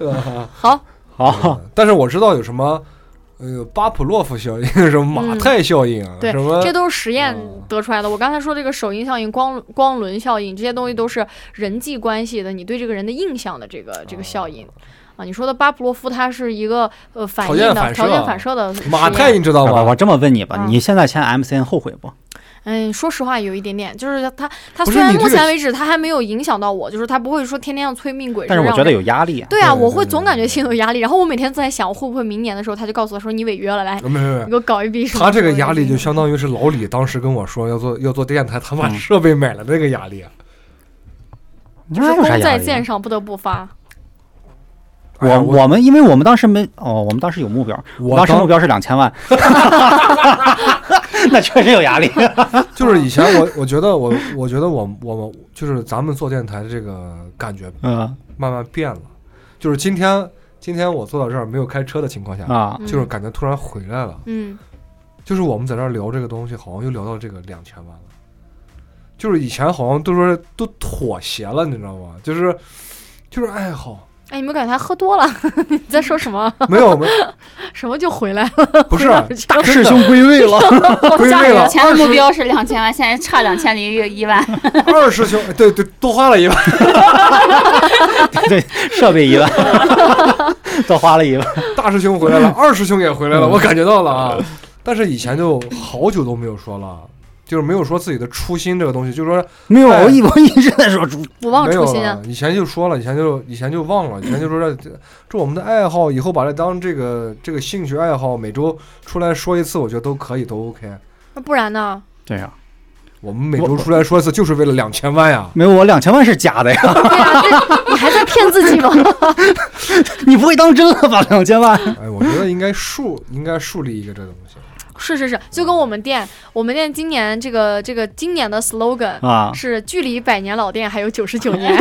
呃好，好，但是我知道有什么，呃，巴甫洛夫效应， 什么马太效应，啊，嗯对什么这都是实验嗯得出来的。我刚才说这个首音效应、光光轮效应，这些东西都是人际关系的，你对这个人的印象的这个这个效应。啊，你说的巴甫洛夫，他是一个呃反哦条应件的反射啊条件反射的实验马太，你嗯知道我我吗？这么问你吧啊，你现在签 MCN 后悔不？嗯，说实话有一点点，就是他他不是虽然你这目个前为止他还没有影响到我，就是他不会说天天要催命鬼，但是我让觉得有压力啊。对啊，对我对会对总对感觉对心里有压力，然后我每天在想会不会明年的时候他就告诉我说你违约了，来呃没没没你。给我搞一笔什么他什么的。这个压力就相当于是老李当时跟我说要做要做电台，他把嗯设备买了这个压力啊。就是那有功啥压在力啊剑？上不得不发，哎呀我我我们因为我们当时没哦，我们当时有目标，我当时目当标是两千 万，那确实有压力。就是以前我我觉得我我觉得我我就是咱们做电台的这个感觉嗯慢慢变了，就是今天今天我坐到这儿没有开车的情况下，啊，嗯就是感觉突然回来了。嗯就是我们在这儿聊这个东西，好像又聊到这个两千万了。就是以前好像都说都妥协了，你知道吗？就是就是爱好， 哎，你们感觉他喝多了？ 你在说什么？ 没有没什么就回来了？不是回到家啊真的归位了。啊归家位里了人前面目标是两千万，现在差两千零一万。二师兄，对对，多花了一万， 对，设备一 万，多花了一万。大师兄 回来了，二师兄也回来嗯了，我感觉到了啊。但是以前就好久都没有说了，就是没有说自己的初心这个东西，就是说没有，哎我一我一直在说猪。我忘没有初心啊了。！以前就说了，以前就以前就忘了，以前就说这这这我们的爱好，以后把这当这个这个兴趣爱好，每周出来说一次，我觉得都可以，都 OK。那不然呢？ 对呀，我们每周出来说一次，就是为了两千万呀！没有我两千万是假的 呀，对啊，这你还在骗自己吗？ 你不会当真了吧？两千万，哎，我觉得应该树应该树立一个这东西。是是是，就跟我们店，我们店今年这个这个今年的 slogan 啊是距离百年老店还有九十九 年。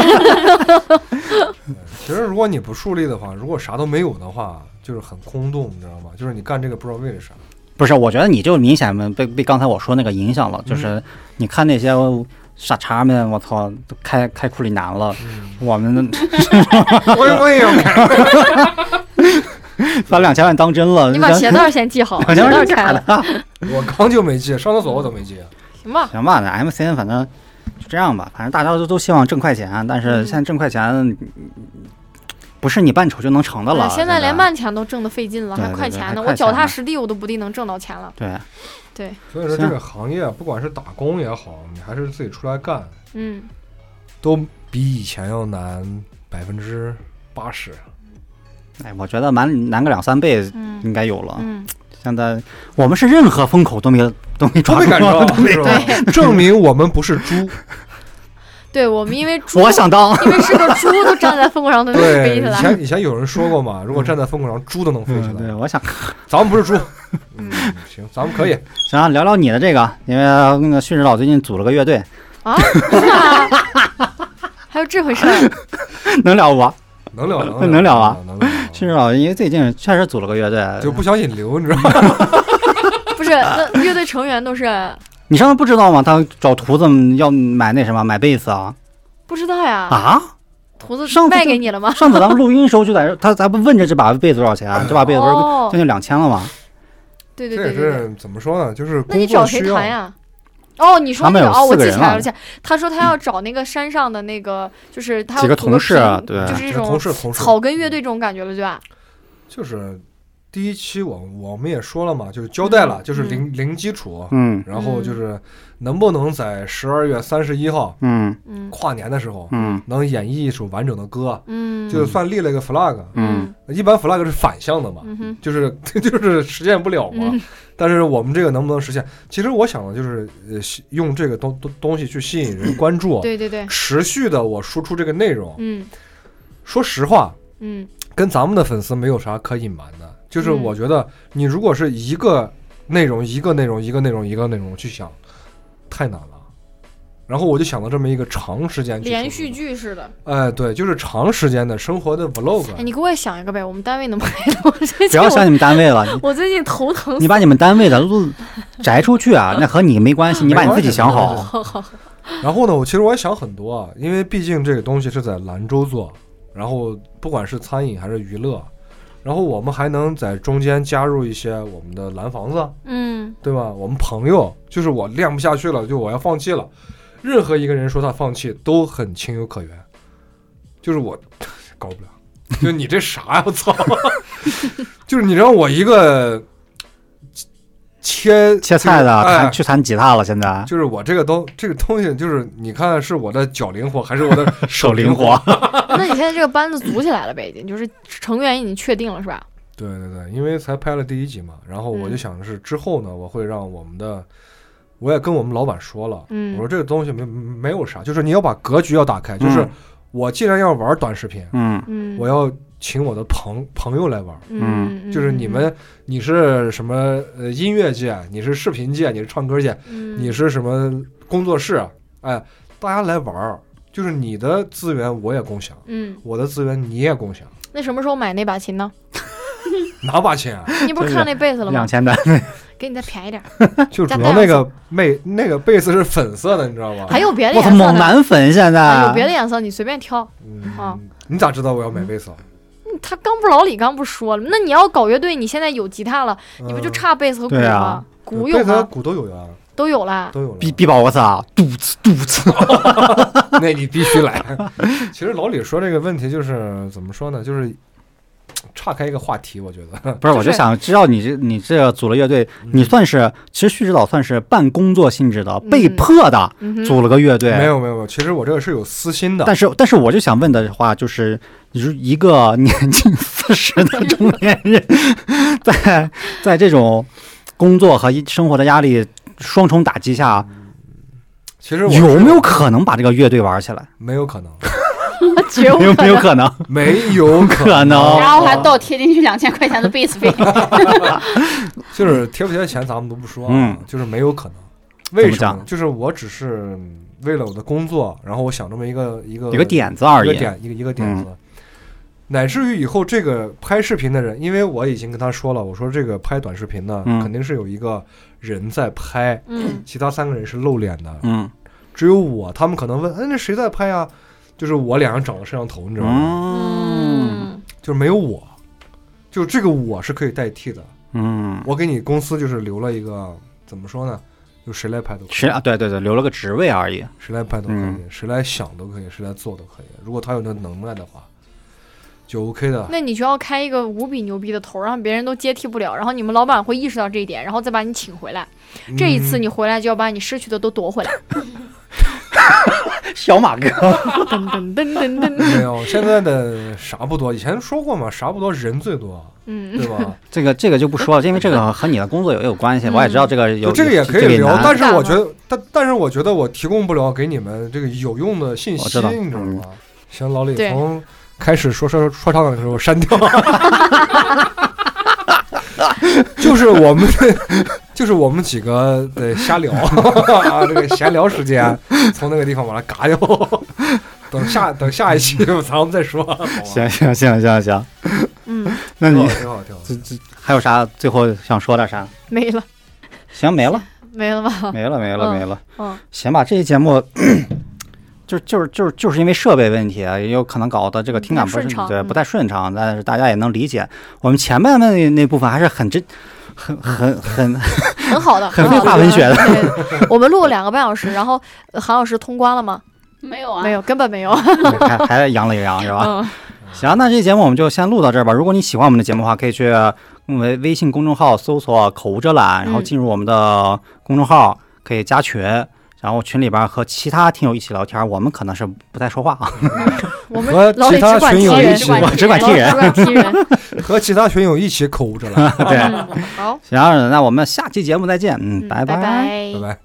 其实如果你不树立的话，如果啥都没有的话，就是很空洞，你知道吗？就是你干这个不知道为了啥。不是，我觉得你就明显被被刚才我说那个影响了，就是你看那些傻叉们，我操，都开开库里南了，我们我哎也我也要看，把两千万当真了。你把咱鞋带儿先系好， 好鞋带像儿是开假了， 的。我刚就没记，上厕所我都没记。行吧？行吧，那 MCN 反正就这样吧，反正大家都都希望挣快钱，但嗯是现在挣快钱、嗯不是你扮丑就能成的了。哎现在在连慢钱都挣得费劲了，对还对快对钱还呢？我快脚钱踏呢实地，我都不一定能挣到钱了。对，对，所以说这个行业，不管是打工也好，你还是自己出来干，嗯，都比以前要难百分之八十。哎，我觉得难难个两三倍嗯应该有了。嗯，现在我们是任何风口都没都都没抓没住赶上，都 没是吧？证明我们不是猪，对我们因为猪，我想当， 因为是个猪，都站在风口上都能对，飞起以来。前以前有人说过嘛，如果站在风口上，猪都能飞起嗯，对，来。我想咱们不是猪， 嗯，行，咱们可 以。行啊，聊聊你的这个，因为那个旭日老最近组了个乐队，啊， 是吗？还有这回事 儿？能聊不？能聊 能能聊啊，能聊。旭日老因为最近确实组了个乐就队，不相信刘，你知道吗？不是，那乐队成员都是你上次不知道吗？他找图子要买那什么，买贝斯啊不知道呀。啊！图子上次卖就给你了 吗？上次咱们录音时候就在这，他咱不问这这把被子多少钱、啊这把被子不哦是将近两千了吗？对对这也对对对。是怎么说呢？就是那你工找作谁需要谈。呀？哦，你说他那们个有哦，我四个记人起来啊了，而且他说他要找那个山上的那个，就是他要几个组同事啊拼对就啊是这这同种事同事草根乐队这种感觉了，对吧？就是第一期我我们也说了嘛，就是交代嗯了，就是零零基础，嗯然后就是能不能在十二月三十一号嗯嗯跨年的时候，嗯能演绎一首完整的歌，嗯，就算立了一个 flag，嗯一般 flag 是反向的嘛，嗯哼，就是 就是实现不了嘛。嗯但是我们这个能不能实现？其实我想的就是，呃，吸用这个东东东西去吸引人关注，对对对，持续的我输出这个内容。嗯说实话，嗯跟咱们的粉丝没有啥可隐瞒的，就是嗯我觉得你如果是一个内容一个内容一个内容一个内容去想，太难了。然后我就想到这么一个长时间去连输出续的，剧似的。哎，对，就是长时间的生活的 vlog，啊哎，你给我也想一个呗，我们单位能拍的。 我最不近要想你们单 位了，你我我最近头疼死你把你们单位的路 摘出去啊，那和你没关系，你把你自己想好。了。 好好然后呢，我其实我也想很多啊，因为毕竟这个东西是在兰州做，然后不管是餐饮还是娱乐，然后我们还能在中间加入一些我们的蓝房子，嗯对吧？我们朋友，就是我练不下去了，就我要放弃了，任何一个人说他放弃都很情有可原， 就是我 搞不了，就你这啥呀、我操！ 就是你让我一个切切菜的哎弹去弹吉他了，现在就是我这个东这个东西，就是你看是我的脚灵活还是我的手灵活？活。那你现在这个班子组起来了呗，已经就是成员已经确定了是吧？对对对，因为才拍了第一集嘛，然后我就嗯想的是之后呢，我会让我们的，我也跟我们老板说了，嗯我说这个东西没没有啥，就是你要把格局要打开，就是嗯我既然要玩短视频，嗯嗯，我要请我的朋朋友来玩。嗯，嗯就是你们，你是什么呃音乐界，你是视频界，你是唱歌界，嗯你是什么工作室？哎，大家来玩儿，就是你的资源我也共享，嗯，我的资源你也共享。那什么时候买那把琴呢？哪把琴啊？ 你不是看那贝斯了两啊吗？千单，给你再便宜点儿， 就主加带要那个妹那个贝斯是粉色的，你知道吗？哎还有别的我颜操，色猛的，男粉现啊有在别的颜色你随便挑。啊嗯，你咋知道我要买贝斯啊？他刚不是老李刚不说了吗？那你要搞乐队，你现在有吉他了，你不就嗯差贝斯和鼓对吗？啊鼓贝有斯和吗？鼓都有呀，都有啦。都有了。 必必把我操，肚子肚子。那你必须来。 其实老李说这个问题就是怎么说呢？就是岔开一个话题，我觉得。不嗯是，就我就是想知道你这你这个组了乐队，嗯你算是其实旭指导算是半工作性质的，嗯被迫的嗯哼，组了个乐队。没有没有没有，其实我这个是有私心的。但是，但是我就想问的话，就是你说一个年近四十的中年人，在在这种工作和一生活的压力双重打击下，其实我有没有可能把这个乐队玩起来？没有可能？绝无没有，可没有能可能。没 有可能然后还倒贴进去两千块钱的贝斯费。就是贴不贴钱咱们都不说啊，嗯就是没有可能。为什讲么呢？就是我只是为了我的工作，然后我想这么一个一个 有个点子而一个已。嗯点一个一个点子，乃至于以后这个拍视频的人，因为我已经跟他说了，我说这个拍短视频呢，嗯肯定是有一个人在拍，嗯其他三个人是露脸的，嗯只有我。他们可能问，哎，那谁在拍呀？就是我脸上长了摄像头，你知道吗？嗯嗯就是没有我，就这个我是可以代替的。嗯，我给你公司就是留了一个怎么说呢？就谁来拍都可以，谁啊？对对对，留了个职位而已。谁来拍都可以，嗯谁来想都可以，谁来做都可以。如果他有那能耐的话，就 OK 的。那你就要开一个无比牛逼的头，让别人都接替不了，然后你们老板会意识到这一点，然后再把你请回来。这一次嗯你回来就要把你失去的都夺回来。小马哥，噔噔噔噔噔，没有，现在的啥不多，以前说过嘛，啥不多，人最多，嗯，对吧？这个这个就不说了，因为这个和你的工作也有关系。嗯我也知道这个有就这个也可以聊，难但是我尴尬吗觉得，但但是我觉得我提供不了给你们这个有用的信息，我知道哦你知道嗯吗？行，老李对从开始说说说唱的时候删掉， 就是我们，就是我们几个得瞎聊， 啊这个闲聊时间，从那个地方把它嘎掉。等下等下一 期咱们再说，好吧行行行行行，嗯，那挺你好挺好挺好。这这还有啥最后想说点啥？没了，行，没了没了吧？没了没了嗯没了。嗯行吧，这期节目。就就是就是就是因为设备问题啊，也有可能搞得这个听感不不太是顺畅对嗯不太顺畅，但是大家也能理解。我们前半的那那部分还是很真，很很很 很好的，很好会画文学的对对对 我们录了两个半小时，然后呃韩老师通关了吗？没有啊，没有，根本没有。还还养了一养是吧？嗯，行，那这节目我们就先录到这儿吧。如果你喜欢我们的节目的话，可以去嗯微微信公众号搜索“口无遮拦”，然后嗯进入我们的公众号，可以加群，然后群里边和其他听友一起聊天。我们可能是不太说话啊，我们和老其得他只管群踢友人一，起只管踢人老得只管踢人。和其他群友一起口着来， 对。嗯，好，行，那我们下期节目再见，嗯，嗯拜拜。拜拜。